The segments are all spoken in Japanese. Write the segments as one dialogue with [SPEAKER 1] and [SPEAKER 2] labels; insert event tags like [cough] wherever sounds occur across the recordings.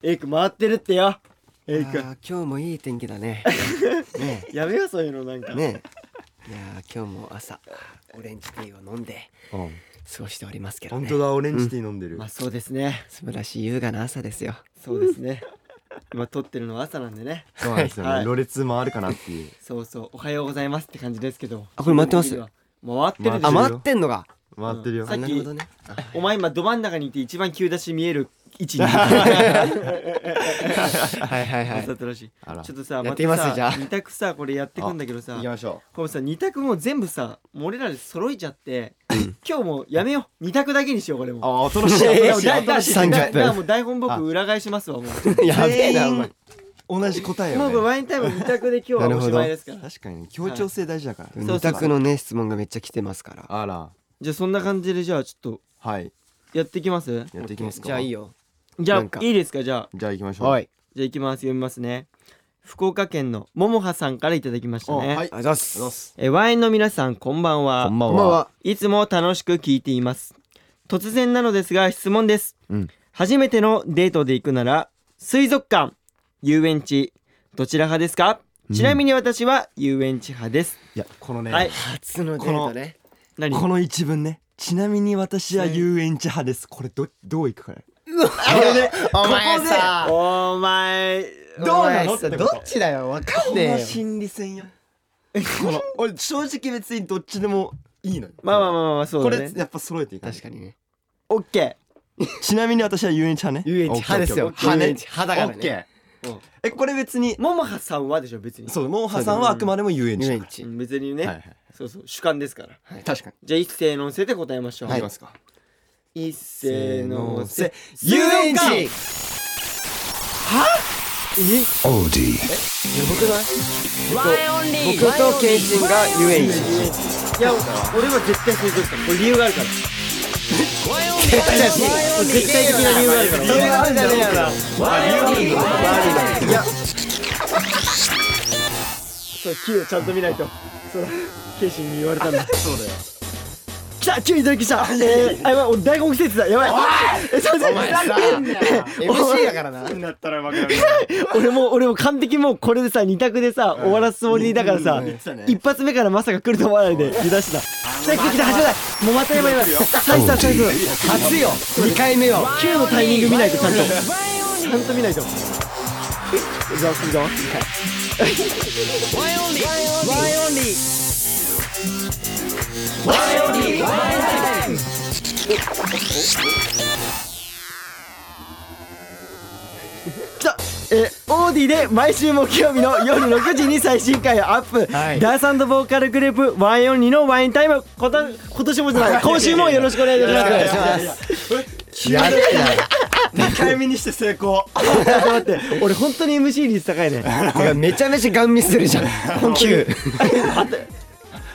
[SPEAKER 1] エイク回ってるってよエイ
[SPEAKER 2] い
[SPEAKER 1] ク
[SPEAKER 2] やー今日もいい天気だねね
[SPEAKER 1] やめようそういうのなんか
[SPEAKER 2] えねえいやー今日も朝オレンジティーを飲んで
[SPEAKER 3] うん
[SPEAKER 2] 過ごしておりますけど
[SPEAKER 3] 本
[SPEAKER 2] ね
[SPEAKER 3] 当だオレンジティー飲んでる、
[SPEAKER 1] まあそうですね
[SPEAKER 2] 素晴らしい優雅な朝ですよ
[SPEAKER 1] そうですね今撮ってるのは朝なんでね
[SPEAKER 3] そうなんですよね、
[SPEAKER 1] はい
[SPEAKER 3] ろれつ回るかなっていう
[SPEAKER 1] そうそうおはようございますって感じですけど
[SPEAKER 2] あこれ回ってます
[SPEAKER 1] 回ってるでしょ
[SPEAKER 2] あ
[SPEAKER 3] 回
[SPEAKER 2] 待ってんのが
[SPEAKER 3] 回ってるよ、
[SPEAKER 1] さっき
[SPEAKER 2] なるほどねあ
[SPEAKER 1] お前今ど真ん中にいて一番急出し見える位置に
[SPEAKER 2] [laughs] はいはいは
[SPEAKER 1] わ
[SPEAKER 2] い
[SPEAKER 1] ざとらしい
[SPEAKER 3] あら
[SPEAKER 1] ちょっとさ
[SPEAKER 2] やってみます
[SPEAKER 1] たさ
[SPEAKER 2] じゃあ
[SPEAKER 1] 二択さこれやってくんだけどさ
[SPEAKER 3] 行きましょ
[SPEAKER 1] このさ二択も全部さもう俺らで揃えちゃって今日もうやめよう二択だけにしようこれ
[SPEAKER 3] う
[SPEAKER 1] もう
[SPEAKER 3] あ恐ろしい
[SPEAKER 1] いやいや [laughs]
[SPEAKER 3] 恐ろしい
[SPEAKER 1] だだ
[SPEAKER 3] 新しい30
[SPEAKER 1] だ
[SPEAKER 3] 分
[SPEAKER 1] だからもう台本僕裏返しますわもう
[SPEAKER 2] やべえなお前
[SPEAKER 3] 同じ答え
[SPEAKER 1] も
[SPEAKER 3] よ、
[SPEAKER 1] う
[SPEAKER 3] ね、
[SPEAKER 1] これワインタイム二択で今日はおしまいですから
[SPEAKER 3] 確かに協調性大事だから、
[SPEAKER 1] うそう
[SPEAKER 2] 二択のね質問がめっちゃ来てますから
[SPEAKER 3] あら
[SPEAKER 1] じゃあそんな感じでじゃあちょっ
[SPEAKER 3] はい
[SPEAKER 1] とやっていきます
[SPEAKER 3] やっていきますか
[SPEAKER 2] じゃあいい
[SPEAKER 3] よ
[SPEAKER 2] よ
[SPEAKER 1] じゃ
[SPEAKER 2] なん
[SPEAKER 1] あ
[SPEAKER 2] か
[SPEAKER 1] いいですかじゃあ
[SPEAKER 3] じゃあ行きましょう
[SPEAKER 2] はい
[SPEAKER 1] じゃあいきます読みますね福岡県のももはさんからいただきました
[SPEAKER 3] お
[SPEAKER 1] ね、
[SPEAKER 3] はい
[SPEAKER 2] あざっ
[SPEAKER 3] あざっ
[SPEAKER 2] す
[SPEAKER 3] す
[SPEAKER 1] えワインの皆さんこんばんは
[SPEAKER 3] こんばんは
[SPEAKER 1] いつも楽しく聞いています突然なのですが質問です、
[SPEAKER 3] うん
[SPEAKER 1] 初めてのデートで行くなら水族館遊園地どちら派ですか、ちなみに私は遊園地派です
[SPEAKER 3] いやこのね、
[SPEAKER 1] はい
[SPEAKER 2] 初のデー
[SPEAKER 3] この
[SPEAKER 2] トね
[SPEAKER 1] 何
[SPEAKER 3] この一文ねちなみに私は遊園地派ですこれどどういくかね
[SPEAKER 2] お前
[SPEAKER 3] さ
[SPEAKER 1] お前
[SPEAKER 3] どうなのってこと
[SPEAKER 2] ちだよわか
[SPEAKER 3] この心理戦よこの [laughs] 俺正直別にどっちでもいいのよ
[SPEAKER 1] まあまあまあまあそう
[SPEAKER 3] こ
[SPEAKER 1] だ
[SPEAKER 3] れ
[SPEAKER 1] ね
[SPEAKER 3] やっぱ揃えていい
[SPEAKER 2] 確かにね
[SPEAKER 1] オッケ
[SPEAKER 3] ちなみに私は遊園地派ね
[SPEAKER 2] 遊園地派ですよ
[SPEAKER 3] オッケーオッケー
[SPEAKER 2] 遊園地派だから
[SPEAKER 3] オッケ
[SPEAKER 2] ね
[SPEAKER 1] ーうん
[SPEAKER 3] ーえこれ別に
[SPEAKER 1] ももはさんはでしょ別に
[SPEAKER 3] そうモンハさんはあくまでも遊園地
[SPEAKER 2] 遊園
[SPEAKER 1] う
[SPEAKER 2] 地
[SPEAKER 1] ん別にね、
[SPEAKER 3] はいはい
[SPEAKER 1] そうそう主観ですから
[SPEAKER 2] はい
[SPEAKER 3] 確かに
[SPEAKER 1] じゃあ一斉のせで答えましょう、
[SPEAKER 3] はいきますか
[SPEAKER 1] 一斉のせ
[SPEAKER 3] 遊園地
[SPEAKER 1] はえ
[SPEAKER 2] 僕の僕とケイシンが遊園地
[SPEAKER 1] いや俺は絶対水族館これ理由があるから絶対的な理由があるから
[SPEAKER 3] 理由があるんじゃねえよな
[SPEAKER 1] ないやそうキーをちゃんと見ないとそうケイシンに言われたんだ [laughs] そうだよきたキーいただきましたえーあやばい俺大根季節だやばいえすいません
[SPEAKER 2] だからな
[SPEAKER 4] なったら負けられる
[SPEAKER 1] 俺も俺も完璧もうこれでさ二択でさ終わらすつもりだからさ
[SPEAKER 3] 言ってたね
[SPEAKER 1] 一発目からまさか来ると思わないで油断してた来た来た来た走らないもうまたやばいやばいはいさあ最後
[SPEAKER 2] 熱いよ2回目は
[SPEAKER 1] Q のタイミング見ないとちゃんとちゃんと見ないとじゃあ次だわ来たえーオーディで毎週木曜日の夜6時に最新回をアップ、
[SPEAKER 2] はい
[SPEAKER 1] ダンスボーカルグループワイオンリのワインタイムこと今年もじゃない今週もよろしくお願いいたします
[SPEAKER 2] お願いします
[SPEAKER 3] やる2回目にして成功
[SPEAKER 1] 待って俺本当に MC 率高
[SPEAKER 3] [laughs]
[SPEAKER 1] いね
[SPEAKER 2] てかめちゃめちゃガン見するじゃん
[SPEAKER 1] [laughs]
[SPEAKER 2] 9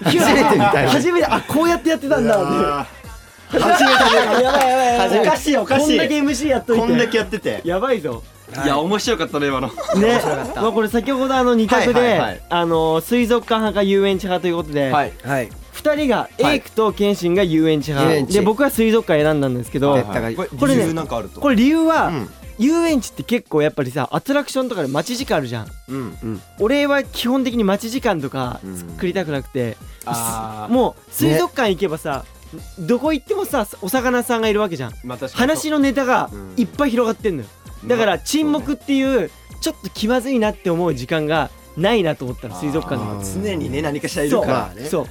[SPEAKER 1] 初
[SPEAKER 2] めてみたいな
[SPEAKER 1] 初めてあこうやってやってたんだ
[SPEAKER 3] あ
[SPEAKER 1] 初めてやばいやばいやばい
[SPEAKER 3] おかしいおかしい
[SPEAKER 1] こんだけ MC やっといて
[SPEAKER 3] こんだけやってて
[SPEAKER 1] やばいぞ
[SPEAKER 4] いや面白かったね今の
[SPEAKER 1] ねまあこれ先ほどあの2択
[SPEAKER 3] はいはい
[SPEAKER 1] で
[SPEAKER 3] はい
[SPEAKER 1] あの水族館派か遊園地派ということで
[SPEAKER 3] はい
[SPEAKER 2] はい
[SPEAKER 1] 2人がエイクとケンシンが遊園地
[SPEAKER 2] 遊園
[SPEAKER 1] 派
[SPEAKER 2] 地
[SPEAKER 1] で僕は水族館選んだんですけ
[SPEAKER 3] は
[SPEAKER 1] ど
[SPEAKER 3] いはい
[SPEAKER 2] これ
[SPEAKER 3] これ理由なんかあると
[SPEAKER 1] これ理由は
[SPEAKER 3] うん
[SPEAKER 1] 遊園地って結構やっぱりさアトラクションとかで待ち時間あるじゃん
[SPEAKER 3] うん
[SPEAKER 1] 俺は基本的に待ち時間とか
[SPEAKER 3] うん
[SPEAKER 1] 作りたくなくて
[SPEAKER 3] あー
[SPEAKER 1] もう水族館行けばさどこ行ってもさお魚さんがいるわけじゃん
[SPEAKER 3] まあ確かに
[SPEAKER 1] 話のネタが
[SPEAKER 3] うん
[SPEAKER 1] いっぱい広がってんのよだから沈黙っていうちょっと気まずいなって思う時間がないなと思ったら水族館
[SPEAKER 3] あ
[SPEAKER 1] の
[SPEAKER 3] ー常にね何かしらいる
[SPEAKER 1] そう
[SPEAKER 3] からね
[SPEAKER 1] そう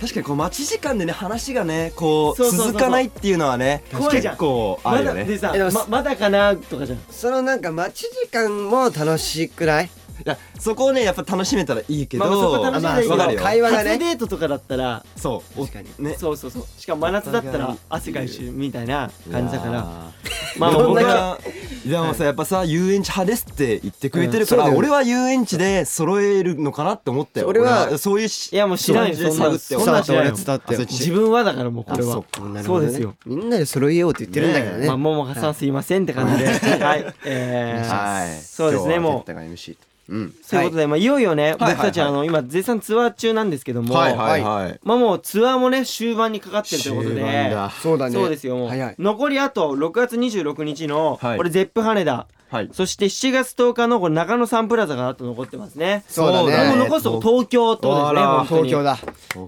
[SPEAKER 3] 確かにこう待ち時間でね話がねこう
[SPEAKER 1] そうそうそうそう
[SPEAKER 3] 続かないっていうのはね
[SPEAKER 1] 怖いじゃん
[SPEAKER 3] 結構あ
[SPEAKER 1] ま
[SPEAKER 3] る
[SPEAKER 1] だ
[SPEAKER 3] よ
[SPEAKER 1] で
[SPEAKER 3] ね
[SPEAKER 1] さ
[SPEAKER 2] えでも
[SPEAKER 1] ままだかなとかじゃん
[SPEAKER 2] そのなんか待ち時間も楽しくない
[SPEAKER 3] いやそこをねやっぱ楽しめたらいいけど
[SPEAKER 1] まあそこ楽しめたらいいけど
[SPEAKER 3] わかるよ
[SPEAKER 2] 会話が
[SPEAKER 1] 初
[SPEAKER 2] ね
[SPEAKER 1] デートとかだったら
[SPEAKER 3] そう
[SPEAKER 2] 確かに
[SPEAKER 3] ね
[SPEAKER 1] そうそうそうしかも真夏だった
[SPEAKER 3] お互
[SPEAKER 1] ら
[SPEAKER 3] い
[SPEAKER 1] 汗かいしみたいない
[SPEAKER 3] やー
[SPEAKER 1] 感じだからま
[SPEAKER 3] ま
[SPEAKER 1] あ
[SPEAKER 3] あ
[SPEAKER 1] まあ
[SPEAKER 3] 僕
[SPEAKER 1] 僕は
[SPEAKER 3] はでもさやっぱさ遊園地派ですって言ってくれてるか
[SPEAKER 2] うんそうだ
[SPEAKER 3] ら
[SPEAKER 2] よ
[SPEAKER 3] 俺は遊園地で揃えるのかなって思ったよ
[SPEAKER 2] 俺は
[SPEAKER 3] そういうし
[SPEAKER 1] いやもう知らんよ
[SPEAKER 3] そう
[SPEAKER 1] そんなの
[SPEAKER 3] 探って
[SPEAKER 1] そんなの知らんよ
[SPEAKER 2] 伝わって
[SPEAKER 3] あそっち
[SPEAKER 1] 自分はだからもうこれ
[SPEAKER 3] あ
[SPEAKER 1] は
[SPEAKER 3] そ
[SPEAKER 2] なる
[SPEAKER 1] そ
[SPEAKER 2] ほ
[SPEAKER 1] う
[SPEAKER 2] どね
[SPEAKER 1] ですよ
[SPEAKER 2] みんなで揃えようって言ってるんだけどね
[SPEAKER 1] まあももはさんすいませんって感じではいえー
[SPEAKER 3] はい
[SPEAKER 1] そうですね
[SPEAKER 3] 今日は
[SPEAKER 1] もう
[SPEAKER 3] 哲太が MC うん。
[SPEAKER 1] そういうことで、まあ、いよいよね、
[SPEAKER 3] はい
[SPEAKER 1] 僕たち、あの、今、絶賛ツアー中なんですけども、
[SPEAKER 3] はいはいはい。
[SPEAKER 1] まあもうツアーもね、終盤にかかってるということで、
[SPEAKER 3] 終盤だ
[SPEAKER 2] そうだね
[SPEAKER 1] そうですよ、もう、
[SPEAKER 2] 早い
[SPEAKER 1] 残りあと6月26日の、
[SPEAKER 3] はい
[SPEAKER 1] これ、ゼップ羽田、
[SPEAKER 3] はい。
[SPEAKER 1] そして7月10日のこれ中野サンプラザがあと残ってますね。
[SPEAKER 2] そうだね
[SPEAKER 1] もう残すとこ東京ってことですね、
[SPEAKER 3] あら
[SPEAKER 1] 本当に
[SPEAKER 2] 東京。だ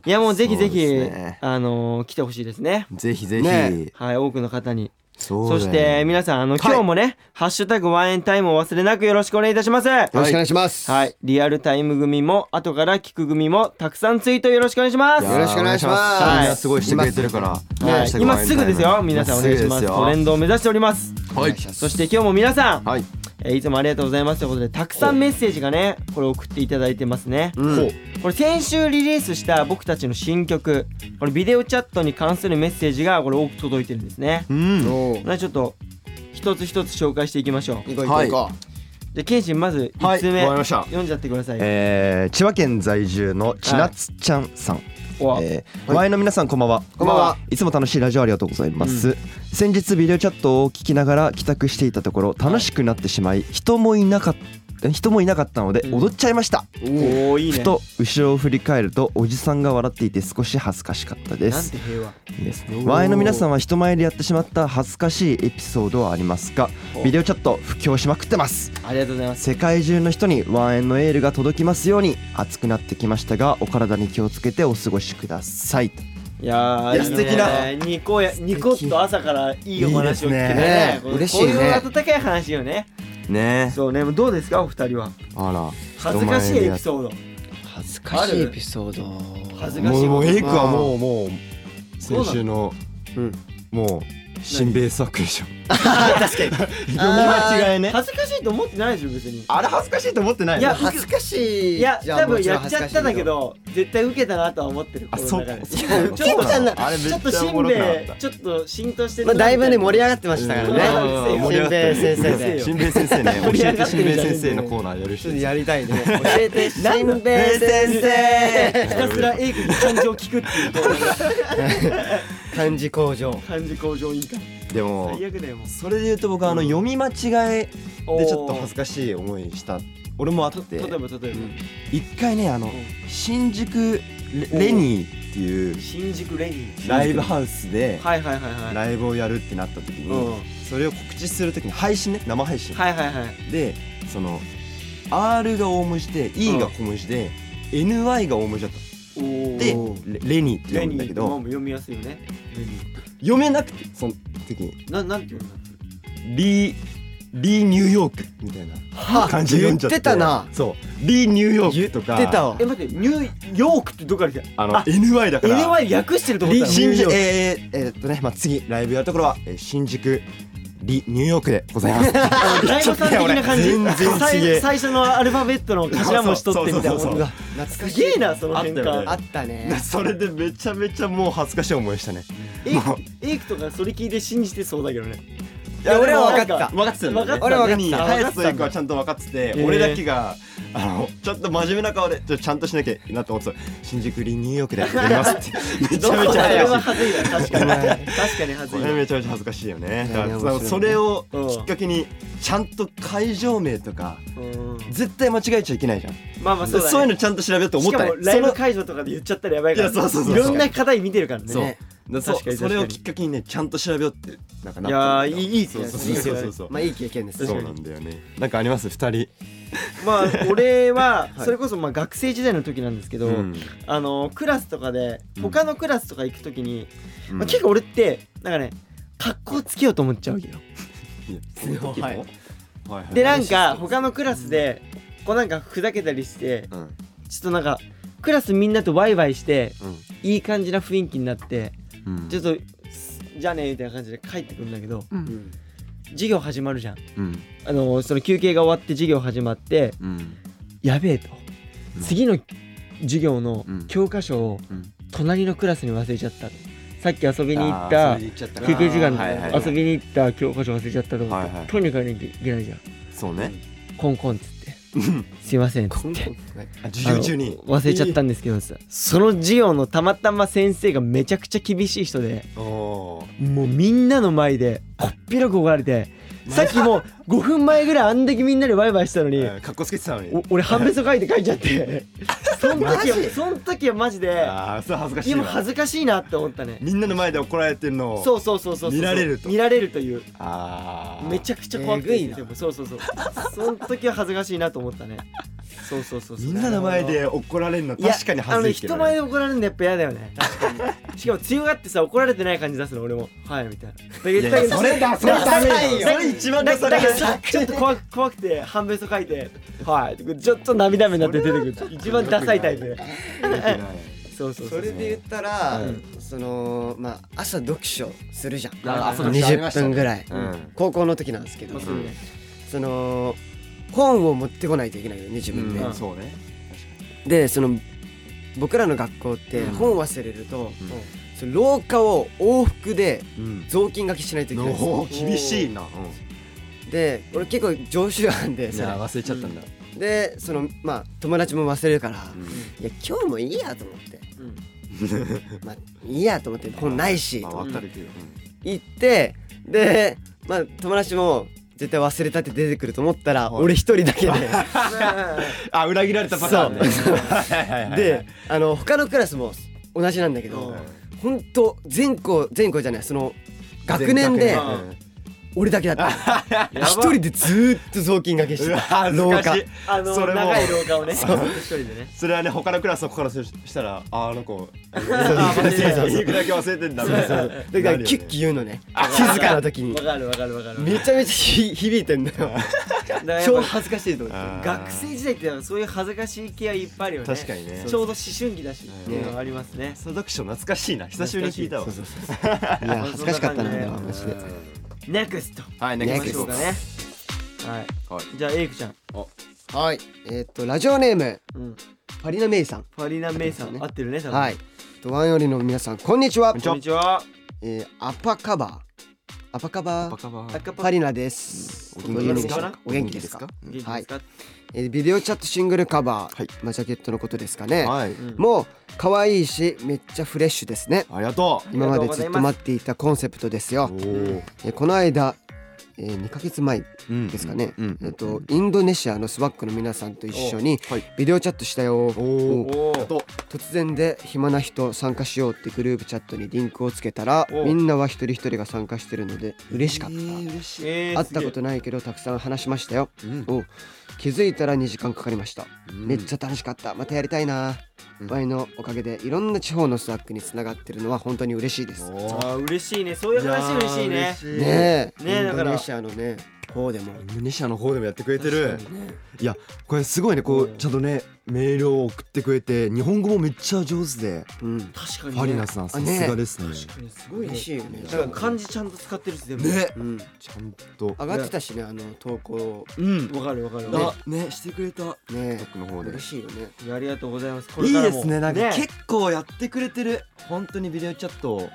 [SPEAKER 1] いやもうぜひぜ
[SPEAKER 3] そう
[SPEAKER 1] ひ
[SPEAKER 3] です、ね
[SPEAKER 1] あのー来てほしいですね。
[SPEAKER 3] ぜひぜ
[SPEAKER 2] ね
[SPEAKER 3] ひ。
[SPEAKER 1] はい、多くの方に。
[SPEAKER 3] そ
[SPEAKER 1] そして皆さん、あの、今日もね、ハッシュタグワンエンタイムを忘れなくよろしくお願いいたします。
[SPEAKER 2] よろしくお願いします
[SPEAKER 1] はい、リアルタイム組も、後から聞く組も、たくさんツイートよろしくお願いします。
[SPEAKER 2] よろしくお願いします
[SPEAKER 1] はい
[SPEAKER 3] みんなすごいしてくれてるから。ハ
[SPEAKER 1] は
[SPEAKER 3] ッ
[SPEAKER 1] い
[SPEAKER 3] シュタグ
[SPEAKER 1] 今すぐですよ、皆さんお願いします。トレンドを目指しております。
[SPEAKER 3] はい。
[SPEAKER 1] そして今日も皆さん、
[SPEAKER 3] はい。
[SPEAKER 1] えーいつもありがとうございますということでたくさんメッセージがねこれ送っていただいてますね、
[SPEAKER 3] うん。
[SPEAKER 1] これ先週リリースした僕たちの新曲これビデオチャットに関するメッセージがこれ多く届いてるんですね、
[SPEAKER 3] うん。
[SPEAKER 2] おう
[SPEAKER 1] なのでちょっと一つ一つ紹介していきましょう
[SPEAKER 2] 行こう行こう行こ
[SPEAKER 1] じゃあケンシンまず
[SPEAKER 3] は
[SPEAKER 1] 1
[SPEAKER 3] い
[SPEAKER 1] つ目、
[SPEAKER 3] わかりました
[SPEAKER 1] 読んじゃってください、
[SPEAKER 5] えー千葉県在住のちなつちゃんさん、
[SPEAKER 1] おわ
[SPEAKER 5] えー前の皆さんこんばんは
[SPEAKER 2] こんばんはい
[SPEAKER 5] つも楽しいラジオありがとうございます、先日ビデオチャットを聞きながら帰宅していたところ楽しくなってしまい人もいなかった人もいなかったので
[SPEAKER 1] うん
[SPEAKER 5] 踊っちゃいました、
[SPEAKER 1] おおいいね
[SPEAKER 5] ふと後ろを振り返るとおじさんが笑っていて少し恥ずかしかったで
[SPEAKER 1] なん
[SPEAKER 5] す
[SPEAKER 1] て平和
[SPEAKER 5] です前の皆さんは人前でやってしまった恥ずかしいエピソードはありますかビデオチャット布教しまくってます
[SPEAKER 1] ありがとうございます
[SPEAKER 5] 世界中の人にワンエンのエールが届きますように熱くなってきましたがお体に気をつけてお過ごしください
[SPEAKER 1] いやー
[SPEAKER 5] いや素敵な
[SPEAKER 1] ニコやニコっと朝からいいお話を聞けてね
[SPEAKER 2] いいです
[SPEAKER 1] こう
[SPEAKER 2] ね嬉しいね
[SPEAKER 1] こういう温かい話よね
[SPEAKER 3] ね
[SPEAKER 1] そうねどうですかお二人は
[SPEAKER 3] あら。
[SPEAKER 1] 恥ずかしいエピソード
[SPEAKER 2] う恥ずかしいエピソード
[SPEAKER 1] 恥ずか
[SPEAKER 3] も
[SPEAKER 1] し
[SPEAKER 3] う
[SPEAKER 1] い
[SPEAKER 3] もう
[SPEAKER 1] こ
[SPEAKER 3] エ
[SPEAKER 1] と
[SPEAKER 3] イクはもうもう
[SPEAKER 1] そうなの
[SPEAKER 3] 先週の
[SPEAKER 2] うん
[SPEAKER 3] もう新ベースアックでしょ。
[SPEAKER 2] あー
[SPEAKER 3] いね。
[SPEAKER 1] 恥ずかしいと思ってないでしょ別に
[SPEAKER 3] あれ恥ずかしいと思ってない
[SPEAKER 1] いや
[SPEAKER 2] 恥ずかしい
[SPEAKER 1] いや
[SPEAKER 2] じあ
[SPEAKER 1] 多
[SPEAKER 2] も
[SPEAKER 1] 分
[SPEAKER 2] ちろん
[SPEAKER 1] やっち
[SPEAKER 2] 恥ず
[SPEAKER 1] ゃ
[SPEAKER 2] か
[SPEAKER 1] っ
[SPEAKER 2] したい
[SPEAKER 1] んだけ
[SPEAKER 2] けど
[SPEAKER 1] ど絶対受けたなとは思ってる
[SPEAKER 3] あそうか
[SPEAKER 1] 心の中で
[SPEAKER 3] そうなの
[SPEAKER 1] ちょっと
[SPEAKER 2] そうな
[SPEAKER 3] のあれめっ
[SPEAKER 1] ち
[SPEAKER 3] ち
[SPEAKER 1] ょ
[SPEAKER 3] ゃ
[SPEAKER 1] っとしん
[SPEAKER 3] おもろくなか
[SPEAKER 1] べ
[SPEAKER 3] っ
[SPEAKER 1] え
[SPEAKER 3] た
[SPEAKER 1] ちょっと浸透してる
[SPEAKER 2] まあだいぶね盛り
[SPEAKER 1] が
[SPEAKER 2] 上がってましたから
[SPEAKER 1] うん
[SPEAKER 2] ね
[SPEAKER 1] うん
[SPEAKER 2] 新兵衛先生で
[SPEAKER 3] [laughs] 新兵衛先生ね
[SPEAKER 1] 盛り
[SPEAKER 3] 教
[SPEAKER 1] 上
[SPEAKER 3] え
[SPEAKER 1] がっ
[SPEAKER 3] て
[SPEAKER 1] て
[SPEAKER 3] 新
[SPEAKER 1] る
[SPEAKER 3] 兵衛
[SPEAKER 1] じゃん
[SPEAKER 3] 先生のコーナーやる
[SPEAKER 2] ちょっと
[SPEAKER 3] し。
[SPEAKER 2] やりたいね教えて新兵衛先
[SPEAKER 3] [laughs]
[SPEAKER 1] て
[SPEAKER 2] 生
[SPEAKER 1] ひたすら A 君に感情を聞くっていうこう
[SPEAKER 2] 漢字工場
[SPEAKER 1] 感じ向上委員会
[SPEAKER 3] でも
[SPEAKER 1] 最悪だよもう
[SPEAKER 3] それで言うと僕はあの読み間違えで
[SPEAKER 1] おー
[SPEAKER 3] ちょっと恥ずかしい思いした。俺もあって
[SPEAKER 1] 例えば例え
[SPEAKER 3] 一回ねあの新宿レレニーっていう
[SPEAKER 1] ば新宿レニー
[SPEAKER 3] ライブハウスで
[SPEAKER 1] はいはいはいはい
[SPEAKER 3] ライブをやるってなった時
[SPEAKER 1] うんは
[SPEAKER 3] にそれを告知する時に配信ね生配
[SPEAKER 1] い
[SPEAKER 3] 信
[SPEAKER 1] はいはい
[SPEAKER 3] でその R が大文字で E が小文字で NY が大文字だった
[SPEAKER 1] おー
[SPEAKER 3] でレレニーって
[SPEAKER 1] レ
[SPEAKER 3] 読むん
[SPEAKER 1] ニー
[SPEAKER 3] だ
[SPEAKER 1] っ
[SPEAKER 3] け
[SPEAKER 1] てまあ
[SPEAKER 3] ど
[SPEAKER 1] 読みやすいよねレニー
[SPEAKER 3] 読めなくてその時に
[SPEAKER 1] ななんて読んだ
[SPEAKER 3] リーリーニューヨークみたいな感じで読んじゃって
[SPEAKER 2] 言ってたな
[SPEAKER 3] そうリーニューヨークとか
[SPEAKER 2] 言ってたわ
[SPEAKER 1] え待ってニューヨークってどこから来た
[SPEAKER 3] あの NY だから
[SPEAKER 1] NY 訳してると思っ
[SPEAKER 3] リ
[SPEAKER 1] たの
[SPEAKER 3] 新宿えー、えーっとね、まあ、次ライブやるところは、えー新宿リニューヨークでございます
[SPEAKER 1] ライブさん的な感じ
[SPEAKER 3] 全然
[SPEAKER 1] 最
[SPEAKER 3] 違え
[SPEAKER 1] 最初のアルファベットの頭文字取ってみたいな
[SPEAKER 3] そうそうそうそう
[SPEAKER 1] うわ
[SPEAKER 2] 懐か
[SPEAKER 1] す
[SPEAKER 2] しい
[SPEAKER 1] げえなその変
[SPEAKER 3] あったよ
[SPEAKER 1] 換
[SPEAKER 2] あったね
[SPEAKER 3] [laughs] それでめちゃめちゃもう恥ずかしい思いしたね
[SPEAKER 1] エイクエイクとかそれ聞いて信じてそうだけどね
[SPEAKER 3] い
[SPEAKER 2] や俺は分かった
[SPEAKER 3] 分かってたんだ
[SPEAKER 1] 分
[SPEAKER 3] よね
[SPEAKER 1] かった
[SPEAKER 2] 俺は分
[SPEAKER 1] かった
[SPEAKER 3] 林とエイクはちゃんと分かってて、
[SPEAKER 1] えー
[SPEAKER 3] 俺だけがあのちょっと真面目な顔でちょちゃんとしなきゃいけないなと思ってた新宿リニューヨークでございますって [laughs] めちゃめちゃ
[SPEAKER 1] あれは
[SPEAKER 3] 恥ずかしい
[SPEAKER 1] はずいな確かに確かにはず
[SPEAKER 3] こ
[SPEAKER 1] い
[SPEAKER 3] れめちゃめちゃ恥ずかしいよね
[SPEAKER 2] い
[SPEAKER 3] だ
[SPEAKER 2] やいや
[SPEAKER 3] から
[SPEAKER 2] 面
[SPEAKER 3] そ
[SPEAKER 2] 白い
[SPEAKER 3] の
[SPEAKER 2] ね
[SPEAKER 3] それをき
[SPEAKER 1] うん
[SPEAKER 3] っかけにちゃんと会場名とか
[SPEAKER 1] うん
[SPEAKER 3] 絶対間違えちゃいけないじゃん
[SPEAKER 1] まあまあそうだね
[SPEAKER 3] そういうのちゃんと調べようと思
[SPEAKER 1] し
[SPEAKER 3] っ
[SPEAKER 1] か
[SPEAKER 3] た
[SPEAKER 1] も
[SPEAKER 3] ね
[SPEAKER 1] ライ
[SPEAKER 3] そ
[SPEAKER 1] ブ
[SPEAKER 3] の
[SPEAKER 1] 会場とかで言っちゃったらやばいから
[SPEAKER 3] いやそうそうそう
[SPEAKER 1] ろんな課題見てるからね
[SPEAKER 3] そうだ
[SPEAKER 1] 確かに
[SPEAKER 3] そそれ
[SPEAKER 1] 確か
[SPEAKER 3] を
[SPEAKER 1] に
[SPEAKER 3] きっかけにねちゃんと調べようってなんかなったんだ
[SPEAKER 1] いやー
[SPEAKER 3] よ
[SPEAKER 1] いいいいって
[SPEAKER 3] そう
[SPEAKER 1] やつ
[SPEAKER 3] そうそうそうそうそう
[SPEAKER 2] まあいい経験です
[SPEAKER 3] そうなんだよねなんかあります二人 [laughs]
[SPEAKER 1] まあ俺はそれこそまあ学生時代の時なんですけど、
[SPEAKER 3] うん
[SPEAKER 1] あのクラスとかで
[SPEAKER 3] うん
[SPEAKER 1] 他のクラスとか行く時に、
[SPEAKER 3] うん
[SPEAKER 1] まあ、結構俺ってなんかね格好つけようと思っちゃうわけよ
[SPEAKER 3] いやそういう時も
[SPEAKER 2] はい
[SPEAKER 3] はいはい
[SPEAKER 1] でなんか他のクラスでこうなんかふざけたりして
[SPEAKER 3] うん
[SPEAKER 1] ちょっとなんかクラスみんなとワイワイして
[SPEAKER 3] うん
[SPEAKER 1] いい感じな雰囲気になって
[SPEAKER 3] うん
[SPEAKER 1] ちょっとすじゃあねみたいな感じで帰ってくるんだけど
[SPEAKER 2] うん
[SPEAKER 1] 授業始まるじゃん
[SPEAKER 3] うん
[SPEAKER 1] あのその休憩が終わって授業始まって
[SPEAKER 3] うん
[SPEAKER 1] やべえと
[SPEAKER 3] うん
[SPEAKER 1] 次の授業の
[SPEAKER 3] うん
[SPEAKER 1] 教科書を
[SPEAKER 3] うん
[SPEAKER 1] 隣のクラスに忘れちゃったさっき遊びに行っ
[SPEAKER 3] あ
[SPEAKER 1] た
[SPEAKER 3] ーそれで言っちゃったな
[SPEAKER 1] 休憩時間
[SPEAKER 3] はいはい
[SPEAKER 1] の
[SPEAKER 3] はい
[SPEAKER 1] 遊びに行った教科書忘れちゃったと思っ
[SPEAKER 3] はいはい
[SPEAKER 1] てとにかくいけないじゃん
[SPEAKER 3] そうね
[SPEAKER 1] コンコンっつってすいませんっつって
[SPEAKER 3] あ授業中に
[SPEAKER 1] あの忘れちゃったんですけどさその授業のたまたま先生がめちゃくちゃ厳しい人で
[SPEAKER 3] おー
[SPEAKER 1] もうみんなの前でこっぴらく怒られてさっきもう5分前ぐらいあんだけみんなでワイワイしたのに、
[SPEAKER 3] うんかっこつけてたのに
[SPEAKER 1] お俺半べそ書いて書いちゃ
[SPEAKER 3] [laughs]
[SPEAKER 1] ってそん時はそん時はマジで
[SPEAKER 3] ああそれ恥ずかしい
[SPEAKER 1] 今
[SPEAKER 3] わ
[SPEAKER 1] 恥ずかしいなって思ったね
[SPEAKER 3] みんなの前で怒られてるのを
[SPEAKER 1] そうそうそうそうそう
[SPEAKER 3] 見られると
[SPEAKER 1] 見られるという
[SPEAKER 3] ああ
[SPEAKER 1] めちゃくちゃ怖く
[SPEAKER 2] えぐい
[SPEAKER 1] て
[SPEAKER 2] な
[SPEAKER 1] でもそうそうそうそん時は恥ずかしいなと思ったねそうそうそうそう
[SPEAKER 3] みんなの前で怒られるの確かに恥ずいけ
[SPEAKER 1] あの人
[SPEAKER 3] ど
[SPEAKER 1] 前で
[SPEAKER 3] ね
[SPEAKER 1] 怒られるのやっぱ嫌だよね確かにしかも強がってさ怒られてない感じ出すの俺もはいみたいなだけ
[SPEAKER 3] い
[SPEAKER 1] ど
[SPEAKER 3] やいやそれだそれダメ
[SPEAKER 1] だけど
[SPEAKER 3] よそれ一番だそれ
[SPEAKER 1] だけどだけどちょっと怖く怖くて半べそ書いてはいちょっと涙目になって出てくる一番ダサいタイプでそうそうそ
[SPEAKER 2] そうれで言ったら、そのまあ朝読書するじゃん
[SPEAKER 4] あ朝読書ありま
[SPEAKER 2] 20
[SPEAKER 4] したね
[SPEAKER 2] 分ぐらい、
[SPEAKER 3] うん
[SPEAKER 2] 高校の時なんですけど、
[SPEAKER 1] まあそう
[SPEAKER 3] [laughs]
[SPEAKER 1] ね
[SPEAKER 2] その本を持ってこないといけないよね自
[SPEAKER 3] う
[SPEAKER 2] 分で、
[SPEAKER 3] んそうね
[SPEAKER 2] でその僕らの学校って
[SPEAKER 3] うん
[SPEAKER 2] 本忘れると、その廊下を往復で
[SPEAKER 3] うん
[SPEAKER 2] 雑巾がけしないといけないんです
[SPEAKER 3] の
[SPEAKER 2] よ
[SPEAKER 3] 厳しいなうん
[SPEAKER 2] で俺結構常習犯でそれ
[SPEAKER 3] 忘れちゃったんだ
[SPEAKER 2] でそのまあ友達も忘れるから、
[SPEAKER 3] うん
[SPEAKER 2] いや今日もいいやと思って、
[SPEAKER 1] うん
[SPEAKER 2] まあいいやと思って本ないし
[SPEAKER 3] まあ
[SPEAKER 2] と
[SPEAKER 3] わかるけど
[SPEAKER 2] 行ってでまあ友達も絶対忘れたって出てくると思ったら
[SPEAKER 3] はい
[SPEAKER 2] 俺一人だけで
[SPEAKER 3] あ裏切られたパターン
[SPEAKER 2] そう
[SPEAKER 3] ね
[SPEAKER 2] であの他のクラスも同じなんだけど本当全校全校じゃないその学年で俺だけだった一人でずーっと雑巾がけして
[SPEAKER 3] うわ
[SPEAKER 2] た
[SPEAKER 3] 恥ずかしい
[SPEAKER 1] あの
[SPEAKER 3] それも
[SPEAKER 1] 長い廊下をね一人でね
[SPEAKER 3] それはね他のクラスの子からするしたらああの子
[SPEAKER 1] あー
[SPEAKER 3] 先生
[SPEAKER 1] そう
[SPEAKER 3] リーグだけ忘れてんだみた
[SPEAKER 2] だ
[SPEAKER 3] いな
[SPEAKER 2] か
[SPEAKER 3] な
[SPEAKER 2] ら
[SPEAKER 3] るよね
[SPEAKER 2] キュッキュ言うのね静かな時に
[SPEAKER 1] わかるわかるわかる
[SPEAKER 2] めちゃめちゃひ響いてんだよ
[SPEAKER 1] だからやっぱ
[SPEAKER 2] 超恥ずかしいと思って
[SPEAKER 3] あー
[SPEAKER 1] 学生時代ってそういう恥ずかしい気はいっぱいあるよね
[SPEAKER 3] 確かにね
[SPEAKER 1] ちょうど思春期だしっていうのがありますね
[SPEAKER 3] その読書懐かしいな久しぶりに聞いたわ
[SPEAKER 2] いや恥ずかしかったな
[SPEAKER 1] そん
[SPEAKER 2] あ
[SPEAKER 1] な感じ
[SPEAKER 2] れ
[SPEAKER 1] で
[SPEAKER 2] はマジで
[SPEAKER 1] ネクスト
[SPEAKER 3] はい
[SPEAKER 1] いきま
[SPEAKER 2] ネク
[SPEAKER 1] し
[SPEAKER 2] ス
[SPEAKER 1] ょ
[SPEAKER 2] ト
[SPEAKER 1] うかねはい
[SPEAKER 4] はい
[SPEAKER 1] じゃあエイクちゃん
[SPEAKER 2] はいえーっとラジオネーム
[SPEAKER 1] うん
[SPEAKER 2] パリナメイさん
[SPEAKER 1] パリナメイさん合ってるね多分
[SPEAKER 2] はい。とワンよりの皆さんこんにちは。
[SPEAKER 1] こんにちは
[SPEAKER 2] えーアパカバーアパカバー
[SPEAKER 1] 赤パ
[SPEAKER 2] パリナです。
[SPEAKER 3] お元気です
[SPEAKER 1] か
[SPEAKER 2] お元気ですか。
[SPEAKER 1] 元気ですか
[SPEAKER 2] はいえービデオチャットシングルカバー、
[SPEAKER 3] はい
[SPEAKER 2] まあジャケットのことですかね。
[SPEAKER 3] はい
[SPEAKER 1] うん
[SPEAKER 2] もう可愛いしめっちゃフレッシュですね。
[SPEAKER 3] ありがとう
[SPEAKER 1] りが
[SPEAKER 2] 今
[SPEAKER 1] とう
[SPEAKER 2] ま
[SPEAKER 1] ございます
[SPEAKER 2] でずっと待っていたコンセプトですよ。
[SPEAKER 3] お
[SPEAKER 2] えーこの間、えー、2ヶ月前
[SPEAKER 3] お
[SPEAKER 2] ですかね、
[SPEAKER 3] うん
[SPEAKER 2] えっとインドネシアのスワックの皆さんと一緒に
[SPEAKER 3] おはい
[SPEAKER 2] ビデオチャットしたよ。
[SPEAKER 3] お
[SPEAKER 2] お
[SPEAKER 1] おー
[SPEAKER 3] と
[SPEAKER 2] 突然で暇な人参加しようってグループチャットにリンクをつけたら
[SPEAKER 1] お
[SPEAKER 2] みんなは一人一人が参加してるので嬉しかった、
[SPEAKER 1] えー
[SPEAKER 2] 会ったことないけどたくさん話しましたよ、
[SPEAKER 3] うん
[SPEAKER 2] お気づいたら2時間かかりました、めっちゃ楽しかったまたやりたいな、
[SPEAKER 3] うん
[SPEAKER 2] ワイのおかげでいろんな地方のスワックにつながってるのは本当に嬉しいですね
[SPEAKER 1] すげえあー嬉しいねそういう話嬉しいね
[SPEAKER 2] え
[SPEAKER 1] ねえ
[SPEAKER 2] イ
[SPEAKER 1] だか
[SPEAKER 2] ン
[SPEAKER 1] ら
[SPEAKER 2] ドネシアのね方でも
[SPEAKER 3] インドネシアの方でもやってくれてる
[SPEAKER 2] 確かにね
[SPEAKER 3] いやこれすごいねこ
[SPEAKER 1] う
[SPEAKER 3] うんちゃんとねメールを送ってくれて日本語もめっちゃ上手で
[SPEAKER 2] うん
[SPEAKER 1] 確か
[SPEAKER 3] フ
[SPEAKER 1] に
[SPEAKER 3] ァリナ
[SPEAKER 1] す
[SPEAKER 3] さんさ
[SPEAKER 2] あね
[SPEAKER 3] すがですね
[SPEAKER 1] すごいね
[SPEAKER 2] 嬉しいよね
[SPEAKER 1] だから漢字ちゃんと使ってるしでも
[SPEAKER 3] ね
[SPEAKER 2] うん
[SPEAKER 3] ちゃんと
[SPEAKER 2] 上がってたしねあの投稿
[SPEAKER 3] うん
[SPEAKER 1] わかるわかる
[SPEAKER 3] あねしてくれた
[SPEAKER 2] ね
[SPEAKER 3] 僕の方で
[SPEAKER 2] 嬉しいよね
[SPEAKER 1] ありがとうございますこれ
[SPEAKER 3] いい
[SPEAKER 1] からも
[SPEAKER 3] ですねなんか結構やってくれてる本当にビデオチャットを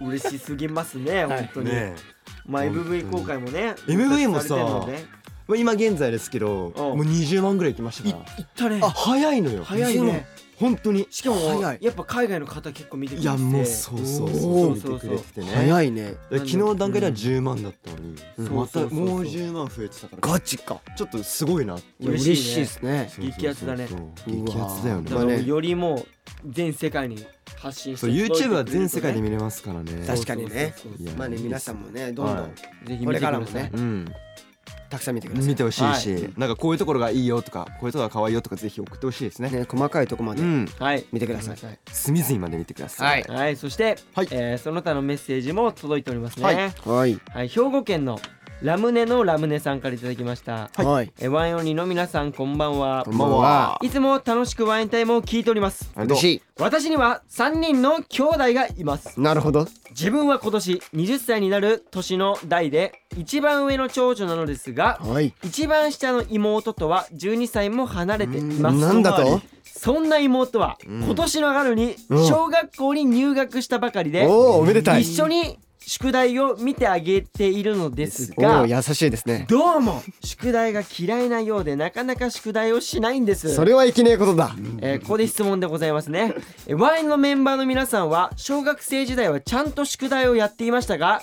[SPEAKER 1] 嬉しすぎますね本当に
[SPEAKER 3] ね
[SPEAKER 1] まあ MV 公開もね
[SPEAKER 3] MV もさ
[SPEAKER 1] されてるのね
[SPEAKER 3] まあ今現在ですけどもう20万ぐらいいきましたから
[SPEAKER 1] いったね
[SPEAKER 3] あ早いのよ
[SPEAKER 1] 早いね
[SPEAKER 3] 本当に
[SPEAKER 1] しかも
[SPEAKER 2] 早い
[SPEAKER 1] やっぱ海外の方結構見てくれ
[SPEAKER 3] い
[SPEAKER 1] てて
[SPEAKER 3] やもうそうそうそ
[SPEAKER 1] お
[SPEAKER 3] う
[SPEAKER 1] ー
[SPEAKER 3] 見てくれててね
[SPEAKER 2] 早いね
[SPEAKER 3] で昨日の段階では10万だったのに、
[SPEAKER 1] ん
[SPEAKER 3] また
[SPEAKER 1] そうそうそうそう
[SPEAKER 3] もう10万増えてたから
[SPEAKER 2] ガチか
[SPEAKER 3] ちょっとすごいな
[SPEAKER 2] や
[SPEAKER 1] 嬉しいね
[SPEAKER 2] 嬉しいですね
[SPEAKER 1] そうそうそう激アツだね
[SPEAKER 3] 激アツだよね
[SPEAKER 1] だ
[SPEAKER 2] う
[SPEAKER 1] からも
[SPEAKER 2] わまあね
[SPEAKER 1] うよりもう全世界に発信して
[SPEAKER 3] そう YouTube は全世界で見
[SPEAKER 1] る
[SPEAKER 3] れますからね
[SPEAKER 2] 確かにね
[SPEAKER 3] いや
[SPEAKER 2] まあね皆さんもねどんど
[SPEAKER 3] は
[SPEAKER 2] ん
[SPEAKER 1] ぜひ見
[SPEAKER 2] こ
[SPEAKER 1] て
[SPEAKER 2] れ
[SPEAKER 1] くだ
[SPEAKER 2] から
[SPEAKER 1] さ
[SPEAKER 2] も
[SPEAKER 1] い
[SPEAKER 2] ね
[SPEAKER 3] うん、
[SPEAKER 2] たくさん見てくださ
[SPEAKER 3] 見てほしいし、
[SPEAKER 1] は
[SPEAKER 3] なんかこういうところがいいよとかこういうところが可愛いよとかぜひ送ってほしいですね
[SPEAKER 2] いね細かいとこま
[SPEAKER 3] う
[SPEAKER 2] で
[SPEAKER 3] ん
[SPEAKER 1] はい
[SPEAKER 2] 見てください
[SPEAKER 3] 隅々まで見てください、
[SPEAKER 2] は
[SPEAKER 1] はいそして
[SPEAKER 3] はい
[SPEAKER 1] えーその他のメッセージも届いております
[SPEAKER 3] は
[SPEAKER 1] ね
[SPEAKER 2] はい
[SPEAKER 1] はい兵庫県のラムネのラムネさんからいただきました
[SPEAKER 2] はい
[SPEAKER 1] えーワインオンリーの皆さんこんばんは
[SPEAKER 2] こ
[SPEAKER 3] こんばんはい
[SPEAKER 1] つも楽しくワインタイムを聞いております
[SPEAKER 3] ありがとう
[SPEAKER 2] 嬉し
[SPEAKER 1] 私には3人の兄弟がいます
[SPEAKER 2] いなるほど
[SPEAKER 1] 自分は今年20歳になる年の代で一番上の長女なのですが
[SPEAKER 2] はい
[SPEAKER 1] 一番下の妹とは12歳も離れています
[SPEAKER 2] なんだと
[SPEAKER 1] そんな妹は今年の春に小学校に入学したばかりで
[SPEAKER 2] おおおめでたい
[SPEAKER 1] 一緒に宿題を見てあげているのです
[SPEAKER 2] お
[SPEAKER 1] が
[SPEAKER 2] ー優しいですね
[SPEAKER 1] どうも宿題が嫌いなようでなかなか宿題をしないんです
[SPEAKER 2] それはいけねえことだ
[SPEAKER 1] えーここで質問でございますねえーワインのメンバーの皆さんは小学生時代はちゃんと宿題をやっていましたが、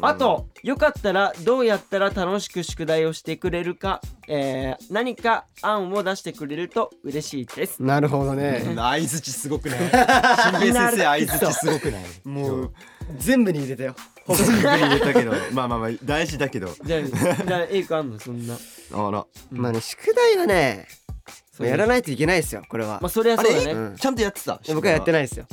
[SPEAKER 1] あとよかったらどうやったら楽しく宿題をしてくれるか、えー何か案を出してくれると嬉しいです
[SPEAKER 2] なるほどね
[SPEAKER 3] 相づちすごくない新平先生相づちすごくない
[SPEAKER 2] もう全部に入れた
[SPEAKER 3] [laughs]
[SPEAKER 2] よ
[SPEAKER 3] すごく言えたけどまあまあまあ大事だけど
[SPEAKER 1] じゃあじゃあエイクあんのそんな
[SPEAKER 3] あら
[SPEAKER 2] まあね宿題はね
[SPEAKER 1] そう
[SPEAKER 2] やらないといけないですよこれは
[SPEAKER 1] まあそれは
[SPEAKER 3] あ
[SPEAKER 1] そうだね
[SPEAKER 3] れ、
[SPEAKER 2] うん
[SPEAKER 3] ちゃんとやってた
[SPEAKER 2] 僕はやって
[SPEAKER 3] ない
[SPEAKER 2] ないですよ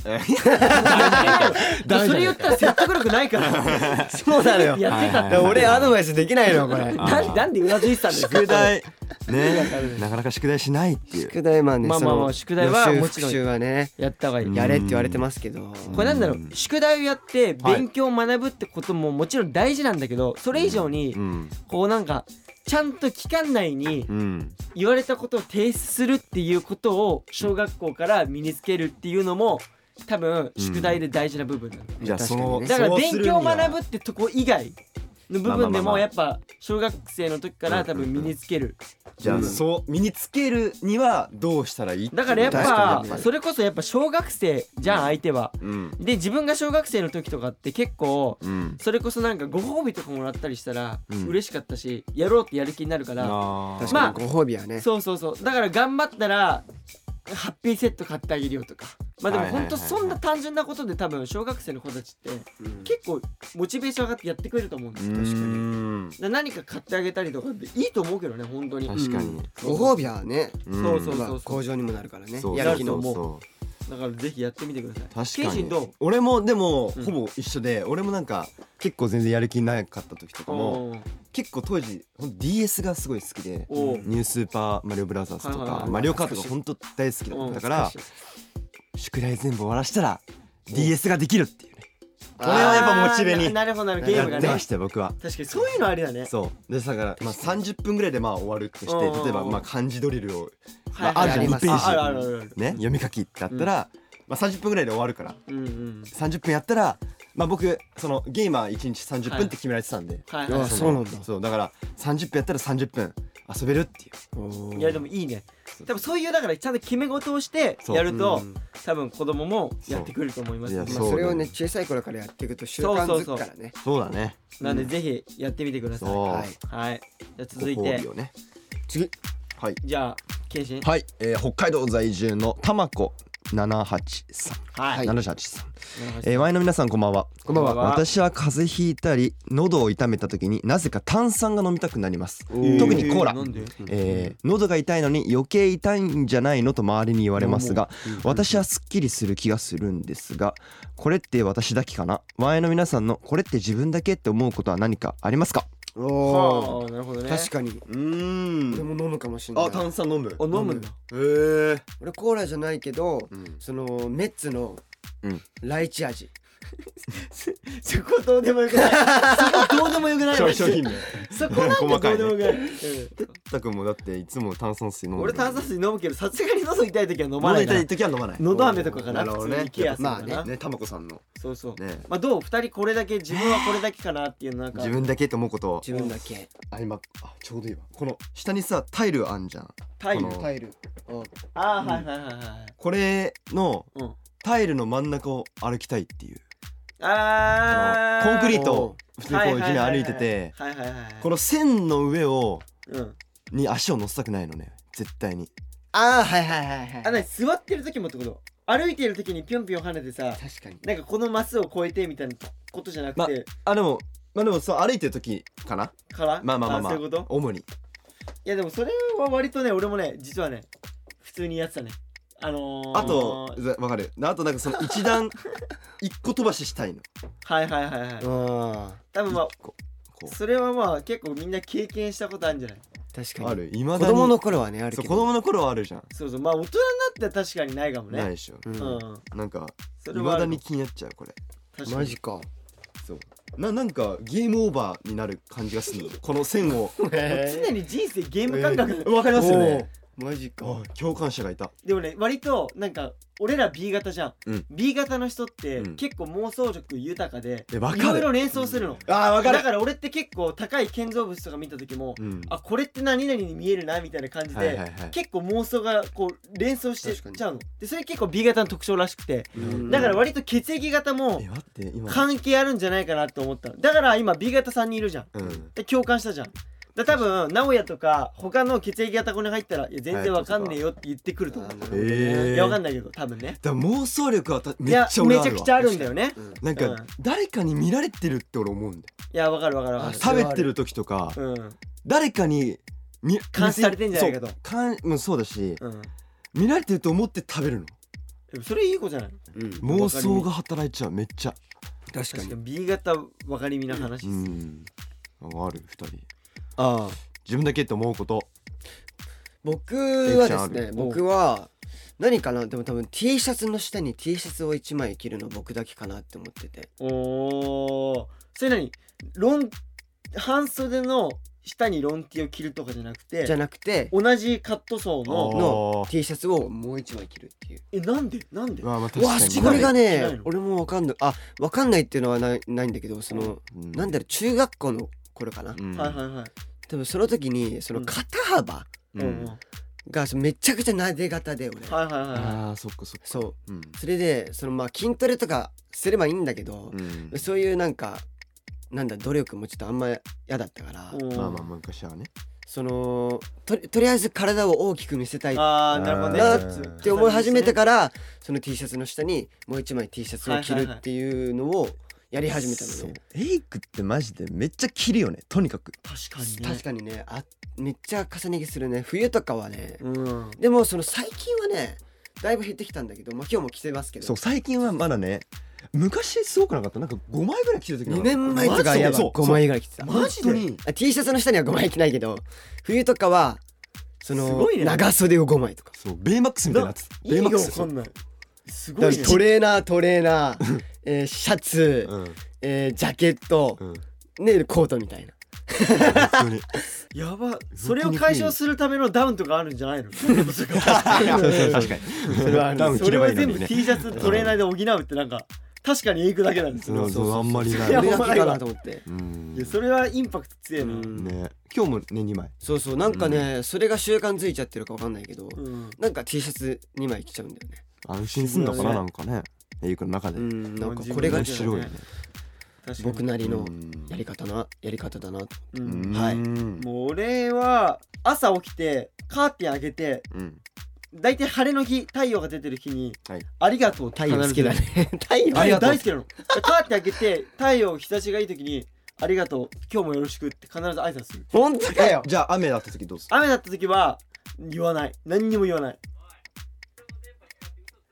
[SPEAKER 1] それ言ったら説得力ないから
[SPEAKER 2] [laughs] そうなのよ
[SPEAKER 1] やってた
[SPEAKER 2] だから [laughs] 俺アドバイスできないのこれ
[SPEAKER 1] なんなんでうなずいてたんですか
[SPEAKER 3] 宿題ねなかなか宿題しないっていう
[SPEAKER 2] 宿題まあね
[SPEAKER 1] まあまあまあ
[SPEAKER 2] その
[SPEAKER 1] 宿題は
[SPEAKER 2] 予習
[SPEAKER 1] もちろん
[SPEAKER 2] 復習はね
[SPEAKER 1] やった方がいい
[SPEAKER 2] やれって言われてますけど
[SPEAKER 1] これなんだろう宿題をやって勉強を学ぶってことももちろん大事なんだけどそれ以上に
[SPEAKER 3] うん
[SPEAKER 1] こうなんかちゃんと期間内に
[SPEAKER 3] うん
[SPEAKER 1] 言われたことを提出するっていうことを小学校から身につけるっていうのも多分宿題で大事な部分なの、
[SPEAKER 3] じゃあ
[SPEAKER 2] 確
[SPEAKER 3] そ
[SPEAKER 2] かにね
[SPEAKER 3] の
[SPEAKER 1] だから
[SPEAKER 3] そうす
[SPEAKER 1] 勉
[SPEAKER 3] るに
[SPEAKER 1] 強
[SPEAKER 3] は
[SPEAKER 1] を学ぶってとこ以外の部分で
[SPEAKER 3] まあまあまあま
[SPEAKER 1] も
[SPEAKER 3] あ
[SPEAKER 1] やっぱ小学生の時から多分身につける
[SPEAKER 3] じゃあそう身につけるにはどうしたらいい
[SPEAKER 1] だからやっ
[SPEAKER 2] 確か
[SPEAKER 1] ぱ
[SPEAKER 2] にね
[SPEAKER 1] それこそやっぱ小学生じゃん相手は
[SPEAKER 3] うん
[SPEAKER 1] で自分が小学生の時とかって結構
[SPEAKER 3] うん
[SPEAKER 1] それこそなんかご褒美とかもらったりしたら
[SPEAKER 3] うん
[SPEAKER 1] 嬉しかったし、やろうってやる気になるから
[SPEAKER 3] あ
[SPEAKER 2] 確
[SPEAKER 3] ー
[SPEAKER 2] かにご褒美はね
[SPEAKER 1] そうそうそうだから頑張ったらハッピーセット買ってあげるよとかまあでも
[SPEAKER 3] はいはい
[SPEAKER 1] ほ
[SPEAKER 3] は
[SPEAKER 1] ん
[SPEAKER 3] い
[SPEAKER 1] とそんな単純なことで多分小学生の子たちって結構モチベーション上がってやってくれると思うんですよ
[SPEAKER 3] うーん
[SPEAKER 1] だから何か買ってあげたりとかっていいと思うけどね本当に
[SPEAKER 3] 確かに
[SPEAKER 2] ご褒美はね
[SPEAKER 3] ん
[SPEAKER 1] そうそう
[SPEAKER 2] ま
[SPEAKER 1] そ
[SPEAKER 2] あ
[SPEAKER 1] うそう
[SPEAKER 2] 向上にもなるからね
[SPEAKER 3] そう
[SPEAKER 2] や
[SPEAKER 3] そ
[SPEAKER 2] る
[SPEAKER 3] う
[SPEAKER 2] 気
[SPEAKER 3] そ
[SPEAKER 2] の
[SPEAKER 3] う
[SPEAKER 2] も
[SPEAKER 3] そう
[SPEAKER 1] だからぜひやってみてください
[SPEAKER 3] 確
[SPEAKER 1] ケイ
[SPEAKER 3] か
[SPEAKER 1] シ
[SPEAKER 3] に
[SPEAKER 1] ンどう
[SPEAKER 3] 俺もでも
[SPEAKER 1] うん
[SPEAKER 3] ほぼ一緒で、俺もなんか結構全然やる気なかった時とかも
[SPEAKER 1] おー
[SPEAKER 3] 結構当時ほんと DS がすごい好きで「
[SPEAKER 1] おう
[SPEAKER 3] ニュースーパーマリオブラザーズ」と
[SPEAKER 1] はいはいは
[SPEAKER 3] か「
[SPEAKER 1] い
[SPEAKER 3] マリオカート」がほんと大好きだったから宿題全部終わらしたら DS ができるっていうねこれはやっぱモチベ
[SPEAKER 1] あー
[SPEAKER 3] に
[SPEAKER 1] ななるほどなるほどゲー
[SPEAKER 3] や
[SPEAKER 1] ムが
[SPEAKER 3] って
[SPEAKER 1] ね
[SPEAKER 3] ましたよ僕は。
[SPEAKER 1] 確かにそういうのあれだね
[SPEAKER 3] そうでだから、まあ、30分ぐらいでまあ終わるとして
[SPEAKER 1] うん
[SPEAKER 3] 例えばまあ漢字ドリルを、
[SPEAKER 1] は
[SPEAKER 3] ま
[SPEAKER 1] い
[SPEAKER 3] あ、あるじゃん
[SPEAKER 2] やりま
[SPEAKER 3] 1
[SPEAKER 2] す
[SPEAKER 3] ペ
[SPEAKER 1] あるある
[SPEAKER 3] ー
[SPEAKER 1] あ
[SPEAKER 3] ジ
[SPEAKER 1] るある
[SPEAKER 3] ね読み書きってあったら、まあ、30分ぐらいで終わるから
[SPEAKER 1] うんうん
[SPEAKER 3] 30分やったら、まあ、僕そのゲーマー1日30分って決められてたんで、
[SPEAKER 1] はい
[SPEAKER 2] あ
[SPEAKER 1] は
[SPEAKER 2] そうなんだ
[SPEAKER 3] そうだから30分やったら30分遊べるっていう
[SPEAKER 1] い、いやでもいいね多分そういうだからちゃんと決め事をして
[SPEAKER 3] そう
[SPEAKER 1] やると
[SPEAKER 2] うん
[SPEAKER 1] 多分子供もやってくれると思います
[SPEAKER 3] いや
[SPEAKER 2] まあ
[SPEAKER 3] そう
[SPEAKER 2] それをね小さい頃からやっていくと習慣づくからね
[SPEAKER 3] そうだね
[SPEAKER 1] なんでぜひやってみてください、
[SPEAKER 3] そう
[SPEAKER 2] はい
[SPEAKER 1] はいじゃあ続いて
[SPEAKER 3] をね
[SPEAKER 2] 次
[SPEAKER 3] はい
[SPEAKER 1] じゃあケイシン
[SPEAKER 3] はい、えー北海道在住のたまこ78さん
[SPEAKER 1] は
[SPEAKER 3] 78さ
[SPEAKER 1] お
[SPEAKER 3] ん、
[SPEAKER 1] 願いし
[SPEAKER 3] えー、ワインの皆さんこんばんは
[SPEAKER 1] こんばんは
[SPEAKER 3] 私は風邪ひいたり喉を痛めた時になぜか炭酸が飲みたくなります特にコーラ、
[SPEAKER 1] なんで
[SPEAKER 3] えー喉が痛いのに余計痛いんじゃないのと周りに言われますが私はすっきりする気がするんですがこれって私だけかな前の皆さんのこれって自分だけって思うことは何かありますか
[SPEAKER 2] おお
[SPEAKER 1] はあなるほどね
[SPEAKER 2] 確かに
[SPEAKER 3] う
[SPEAKER 2] 俺
[SPEAKER 3] ん
[SPEAKER 2] も飲むかもしれない
[SPEAKER 3] 酸飲むへ
[SPEAKER 1] お飲むんだ
[SPEAKER 3] え
[SPEAKER 2] 俺コーラじゃないけどそのメッツの
[SPEAKER 3] うん
[SPEAKER 2] ライチ味
[SPEAKER 1] そこどうでもよくない [laughs] そこどうでもよくない
[SPEAKER 3] 品名
[SPEAKER 1] そこなんてどうでもよくないうん
[SPEAKER 3] たくんもだっていつも炭酸水飲
[SPEAKER 1] 俺炭酸水飲むけどさすがに喉痛い時は飲ま
[SPEAKER 3] 飲
[SPEAKER 1] な
[SPEAKER 3] ま
[SPEAKER 1] いから
[SPEAKER 3] 時は飲まない
[SPEAKER 1] 喉飴とかかな
[SPEAKER 3] なるほどね
[SPEAKER 1] 普通にケアするかな、
[SPEAKER 2] まあ
[SPEAKER 3] ねたまこさんの
[SPEAKER 1] そうそう、
[SPEAKER 3] ね
[SPEAKER 1] まあどう二人これだけ自分はこれだけかなっていうのなんか
[SPEAKER 3] 自分だけって思うこと
[SPEAKER 2] 自分だけ
[SPEAKER 3] あ今あちょうどいいわこの下にさタイルあんじゃん
[SPEAKER 1] タイル
[SPEAKER 3] この
[SPEAKER 2] イル
[SPEAKER 1] ああはいはいはいはい
[SPEAKER 3] これの
[SPEAKER 1] うん
[SPEAKER 3] タイルの真ん中を歩きたいっていう
[SPEAKER 1] あ
[SPEAKER 3] コンクリ
[SPEAKER 1] ト
[SPEAKER 3] ートを普通にこう地面歩いてて
[SPEAKER 1] はいはいはいはい
[SPEAKER 3] この線の上を
[SPEAKER 1] うん
[SPEAKER 3] に足を乗せたくないのね絶対に
[SPEAKER 2] ああはいはいはいはい
[SPEAKER 1] あなに座ってる時もってこと歩いてる時にピョンピョン跳ねてさ
[SPEAKER 2] 確かに
[SPEAKER 1] なんかこのマスを越えてみたいなことじゃなくて、
[SPEAKER 3] あでもまあでもそう歩いてる時かな
[SPEAKER 1] から
[SPEAKER 3] まあまあまあまあ
[SPEAKER 1] そういうこと
[SPEAKER 3] 主に
[SPEAKER 1] いやでもそれは割とね俺もね実はね普通にやってたねあのー、
[SPEAKER 3] あとざわかるあとなんかその一
[SPEAKER 1] [laughs]
[SPEAKER 3] 段一個飛ばししたいの
[SPEAKER 1] はいはいはいはい
[SPEAKER 2] あ
[SPEAKER 1] 多分まあ
[SPEAKER 3] こ
[SPEAKER 1] それはまあ結構みんな経験したことあるんじゃない
[SPEAKER 2] 確
[SPEAKER 3] うあ
[SPEAKER 2] かに
[SPEAKER 3] るいま
[SPEAKER 2] 子
[SPEAKER 3] だに
[SPEAKER 2] 供の頃はねある
[SPEAKER 3] そう
[SPEAKER 2] け
[SPEAKER 3] 子
[SPEAKER 2] ど
[SPEAKER 3] 供の頃はあるじゃん
[SPEAKER 1] そうそうまあ大人になって確かにないかもね
[SPEAKER 3] ないでしょ
[SPEAKER 2] う
[SPEAKER 1] うんん
[SPEAKER 3] なんか
[SPEAKER 1] そ
[SPEAKER 3] い
[SPEAKER 1] れは
[SPEAKER 3] ま
[SPEAKER 1] あ
[SPEAKER 3] だ
[SPEAKER 1] る
[SPEAKER 3] に気になっちゃうこれ
[SPEAKER 1] 確か
[SPEAKER 2] マ
[SPEAKER 1] に
[SPEAKER 2] ジか
[SPEAKER 3] そうななんかゲームオーバーになる感じがするのこの線を
[SPEAKER 1] 常に人生ゲーム感覚
[SPEAKER 3] わかりますよね
[SPEAKER 2] マジか。
[SPEAKER 3] 共感者がいた
[SPEAKER 1] でもね割となんか俺ら B 型じゃん、
[SPEAKER 3] うん
[SPEAKER 1] B 型の人って
[SPEAKER 3] うん
[SPEAKER 1] 結構妄想力豊かで
[SPEAKER 3] えわ
[SPEAKER 1] いろ
[SPEAKER 3] か
[SPEAKER 1] い
[SPEAKER 3] る
[SPEAKER 1] ろ連想するの、
[SPEAKER 3] あーわか
[SPEAKER 1] だ
[SPEAKER 3] る
[SPEAKER 1] から俺って結構高い建造物とか見た時も、
[SPEAKER 3] うん
[SPEAKER 1] あこれって何々に見えるなみたいな感じで、
[SPEAKER 3] はいはいはい
[SPEAKER 1] 結構妄想がこう連想して
[SPEAKER 2] 確かに
[SPEAKER 1] ちゃうのでそれ結構 B 型の特徴らしくて
[SPEAKER 3] うん
[SPEAKER 1] だから割と血液型も
[SPEAKER 3] え待って今
[SPEAKER 1] 関係あるんじゃないかなと思ったのだから今 B 型さんにいるじゃん
[SPEAKER 3] うん
[SPEAKER 1] で共感したじゃんだ多分名古屋とか他の血液型こに入ったら「いや全然わかんねえよ」って言ってくると思う、
[SPEAKER 2] あ
[SPEAKER 3] え
[SPEAKER 2] ー
[SPEAKER 1] い
[SPEAKER 3] ー
[SPEAKER 1] やわかんないけど多分ね
[SPEAKER 3] だから妄想力はため
[SPEAKER 1] い
[SPEAKER 3] っちゃ
[SPEAKER 1] や
[SPEAKER 3] 俺
[SPEAKER 1] め
[SPEAKER 3] あ
[SPEAKER 1] ちゃ
[SPEAKER 3] る
[SPEAKER 1] く
[SPEAKER 3] わ
[SPEAKER 1] ちゃあるんだよね
[SPEAKER 3] なん
[SPEAKER 1] う
[SPEAKER 3] か
[SPEAKER 1] ん
[SPEAKER 3] 誰かに見られてるって俺思うんだよ
[SPEAKER 1] いやわかるわかるわかる
[SPEAKER 2] あ
[SPEAKER 3] 食べてる時とか
[SPEAKER 1] うん
[SPEAKER 3] 誰かに見
[SPEAKER 1] 監視されてんじゃないかと
[SPEAKER 3] そう監もうそうだし
[SPEAKER 1] うん
[SPEAKER 3] 見られてると思って食べるの
[SPEAKER 1] でもそれいい子じゃない
[SPEAKER 2] うん。
[SPEAKER 3] 妄想が働いちゃうめっちゃ
[SPEAKER 2] 確か
[SPEAKER 1] 確
[SPEAKER 2] に
[SPEAKER 1] か。に B 型分かりみな話です、
[SPEAKER 3] うんある二人
[SPEAKER 2] ああ。
[SPEAKER 3] 自分だけって思うこと
[SPEAKER 2] 僕はです
[SPEAKER 3] レクチャーあ
[SPEAKER 2] ね
[SPEAKER 3] る
[SPEAKER 2] 僕は何かなでも多分 T シャツの下に T シャツを1枚着るの僕だけかなって思ってて
[SPEAKER 1] おーそれ何ロン半袖の下にロンティを着るとかじゃなくて
[SPEAKER 2] じゃなくて
[SPEAKER 1] 同じカットソー
[SPEAKER 3] あ
[SPEAKER 1] の
[SPEAKER 3] ー
[SPEAKER 2] の T シャツをもう1枚着るっていう
[SPEAKER 1] えなんでなんで
[SPEAKER 3] まあまあ確
[SPEAKER 2] わ
[SPEAKER 3] か
[SPEAKER 2] あ
[SPEAKER 3] に
[SPEAKER 2] これが
[SPEAKER 1] 着ない
[SPEAKER 2] ね
[SPEAKER 1] の
[SPEAKER 2] 俺もわかんないあわかんないっていうのはないないんだけどその
[SPEAKER 3] うん
[SPEAKER 2] なんだろう中学校の頃かな
[SPEAKER 3] うん
[SPEAKER 1] はいはいはい
[SPEAKER 2] 多分その時にその肩幅
[SPEAKER 1] う
[SPEAKER 3] う
[SPEAKER 1] んうん
[SPEAKER 3] ん
[SPEAKER 2] がそのめちゃくちゃなで型で俺
[SPEAKER 1] はいはいはいは
[SPEAKER 3] あーそっかそっか
[SPEAKER 2] そう
[SPEAKER 3] うん
[SPEAKER 2] それでそのまあ筋トレとかすればいいんだけど
[SPEAKER 3] うん
[SPEAKER 2] そういうなんかなんだ努力もちょっとあんま嫌だったから
[SPEAKER 1] いうん
[SPEAKER 3] まあまあ昔はね
[SPEAKER 2] そのとりとりあえず体を大きく見せたいっ
[SPEAKER 1] あーなるほどね
[SPEAKER 2] あ
[SPEAKER 3] ー
[SPEAKER 1] ちょっと
[SPEAKER 2] て思い始めてから、その T シャツの下にもう一枚 T シャツを着るっていうのをやり始めたのね、
[SPEAKER 3] そう
[SPEAKER 6] エイクってマジでめっちゃ切るよねとにかく
[SPEAKER 1] 確かにね
[SPEAKER 2] 確かにねあめっちゃ重ね着するね冬とかはね、
[SPEAKER 1] うん
[SPEAKER 2] でもその最近はねだいぶ減ってきたんだけど、まあ、今日も着てますけど
[SPEAKER 3] そう最近はまだね昔すごくなかったなんか5枚ぐらい着てる時な
[SPEAKER 2] 2
[SPEAKER 3] かった
[SPEAKER 2] 年前とかやば
[SPEAKER 3] そうそう
[SPEAKER 2] 5枚ぐらい着てた
[SPEAKER 3] マジで
[SPEAKER 2] あ T シャツの下には5枚着ないけど冬とかはそ
[SPEAKER 1] す
[SPEAKER 2] の、
[SPEAKER 1] ごいね
[SPEAKER 2] 長袖を5枚とか
[SPEAKER 3] そうベイマックスみたいなやつ
[SPEAKER 1] 意
[SPEAKER 3] ベイマ
[SPEAKER 1] 味
[SPEAKER 3] ック
[SPEAKER 1] が
[SPEAKER 3] ス
[SPEAKER 1] わかんないすご
[SPEAKER 2] だ
[SPEAKER 1] い
[SPEAKER 2] か
[SPEAKER 1] ね
[SPEAKER 2] らトレーナートレーナー、えーシャツ、
[SPEAKER 3] うん
[SPEAKER 2] えージャケット、
[SPEAKER 3] うん
[SPEAKER 2] ねコートみたいな
[SPEAKER 3] 本当に
[SPEAKER 1] やばそれを解消するためのダウンとかあるんじゃない [laughs] のそ
[SPEAKER 3] 確かにそれはダウン着
[SPEAKER 1] れ
[SPEAKER 3] れば
[SPEAKER 1] を
[SPEAKER 3] いいの
[SPEAKER 1] 全
[SPEAKER 3] に
[SPEAKER 1] 部
[SPEAKER 3] ね
[SPEAKER 1] T シャツトレーナーで補うってなんか確かにいくだけなんですよ
[SPEAKER 3] そうそうあんまりない
[SPEAKER 1] いや
[SPEAKER 2] 俺
[SPEAKER 1] ほ
[SPEAKER 2] だ
[SPEAKER 1] んま
[SPEAKER 2] け
[SPEAKER 1] ない
[SPEAKER 2] か
[SPEAKER 1] わ
[SPEAKER 2] なと思って
[SPEAKER 3] うん
[SPEAKER 1] いやそれはインパクト強いな
[SPEAKER 2] うん
[SPEAKER 3] ね今日もね2枚
[SPEAKER 2] そうそうなんかね、それが習慣づいちゃってるかわかんないけど、
[SPEAKER 1] うん
[SPEAKER 2] なんか T シャツ2枚着ちゃうんだよね
[SPEAKER 3] 安心すんのか
[SPEAKER 1] そう
[SPEAKER 3] な
[SPEAKER 1] だ
[SPEAKER 3] な
[SPEAKER 1] ね
[SPEAKER 3] んかねエイクの中で
[SPEAKER 2] うんなんかこれが
[SPEAKER 3] 面
[SPEAKER 1] 自分
[SPEAKER 3] 白
[SPEAKER 1] の
[SPEAKER 3] い
[SPEAKER 1] や
[SPEAKER 3] ね
[SPEAKER 1] つ確か
[SPEAKER 2] 僕なり
[SPEAKER 3] う
[SPEAKER 2] の
[SPEAKER 3] ん
[SPEAKER 2] やり方なやり方だなと
[SPEAKER 1] に
[SPEAKER 3] うん
[SPEAKER 1] うん
[SPEAKER 2] はい
[SPEAKER 3] うん
[SPEAKER 1] もう俺は朝起きてカーテン開けて
[SPEAKER 3] うん
[SPEAKER 1] 大体晴れの日太陽が出てる日に
[SPEAKER 3] はい
[SPEAKER 1] ありがとうって
[SPEAKER 2] 太陽好きだ
[SPEAKER 3] [laughs]
[SPEAKER 2] ね [laughs] 太陽
[SPEAKER 1] あれ
[SPEAKER 2] 大
[SPEAKER 1] 大
[SPEAKER 2] 好
[SPEAKER 1] 好きなの。カーテン開けて太陽日差しがいい時に「ありがとう今日もよろしく」って必ず挨拶する
[SPEAKER 2] き本当 [laughs] かよ
[SPEAKER 3] じゃあ雨だった時どうする
[SPEAKER 1] 雨だった時は言わない何にも言わない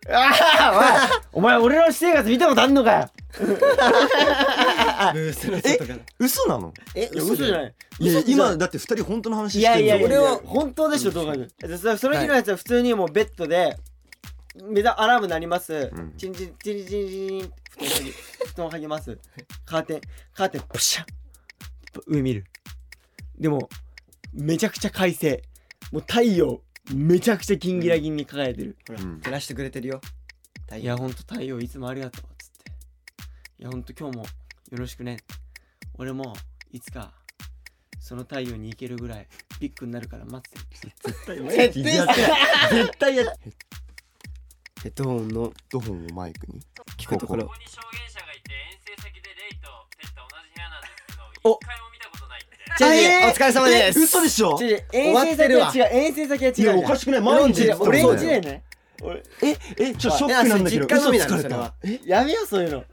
[SPEAKER 1] あ [laughs] あお前お前俺の私生活見たことあんのかよ
[SPEAKER 2] ブースの外から
[SPEAKER 3] 嘘なの
[SPEAKER 2] え
[SPEAKER 1] いや嘘じゃ
[SPEAKER 2] い
[SPEAKER 1] ない
[SPEAKER 3] いや
[SPEAKER 1] 嘘じゃない
[SPEAKER 3] 今だって2人本当の話
[SPEAKER 1] い
[SPEAKER 3] して
[SPEAKER 1] や
[SPEAKER 3] る
[SPEAKER 1] いやいや
[SPEAKER 3] 俺
[SPEAKER 1] 俺
[SPEAKER 3] は
[SPEAKER 1] は本当でしょ動画ででそその日のやつは普通にもうベッドで目だアラーム鳴ります
[SPEAKER 3] うん
[SPEAKER 1] チンチンチンチンチン布団剥ぎ布団剥ぎますカーテンカーテンプシャッ上見るでもめちゃくちゃ快晴もう太陽めちゃくちゃギンギラギンに輝いてる、
[SPEAKER 2] ほら
[SPEAKER 3] うん
[SPEAKER 2] 照らしてくれてるよ太
[SPEAKER 1] いやほんと太陽いつもありがとうっつっていやほんと今日もよろしくね俺もいつかその太陽に行けるぐらいビッグになるから待ってて
[SPEAKER 2] 絶対や絶対やヘッドホンの
[SPEAKER 3] ドホンをマイクに
[SPEAKER 2] 聞くところ
[SPEAKER 7] ここに証言者がいて遠征先でレイとテッタ同じ部屋なんですけど
[SPEAKER 2] お
[SPEAKER 7] 一回も見たことないって
[SPEAKER 2] チェンジお疲れ様で
[SPEAKER 3] え
[SPEAKER 2] す
[SPEAKER 3] 嘘でしょ
[SPEAKER 1] 違う違う遠征先は違う遠征先は違うじゃん
[SPEAKER 3] しくない
[SPEAKER 1] 違う俺
[SPEAKER 3] そ
[SPEAKER 1] ん
[SPEAKER 3] う
[SPEAKER 1] ち
[SPEAKER 3] だ
[SPEAKER 1] だ
[SPEAKER 3] よ
[SPEAKER 1] よね
[SPEAKER 3] えちょっとショックなんだけど
[SPEAKER 2] いやそれ実家の
[SPEAKER 3] 嘘
[SPEAKER 2] みな
[SPEAKER 3] つ
[SPEAKER 2] のそ
[SPEAKER 3] かれ
[SPEAKER 2] れは
[SPEAKER 3] たえ
[SPEAKER 1] やめようそういうの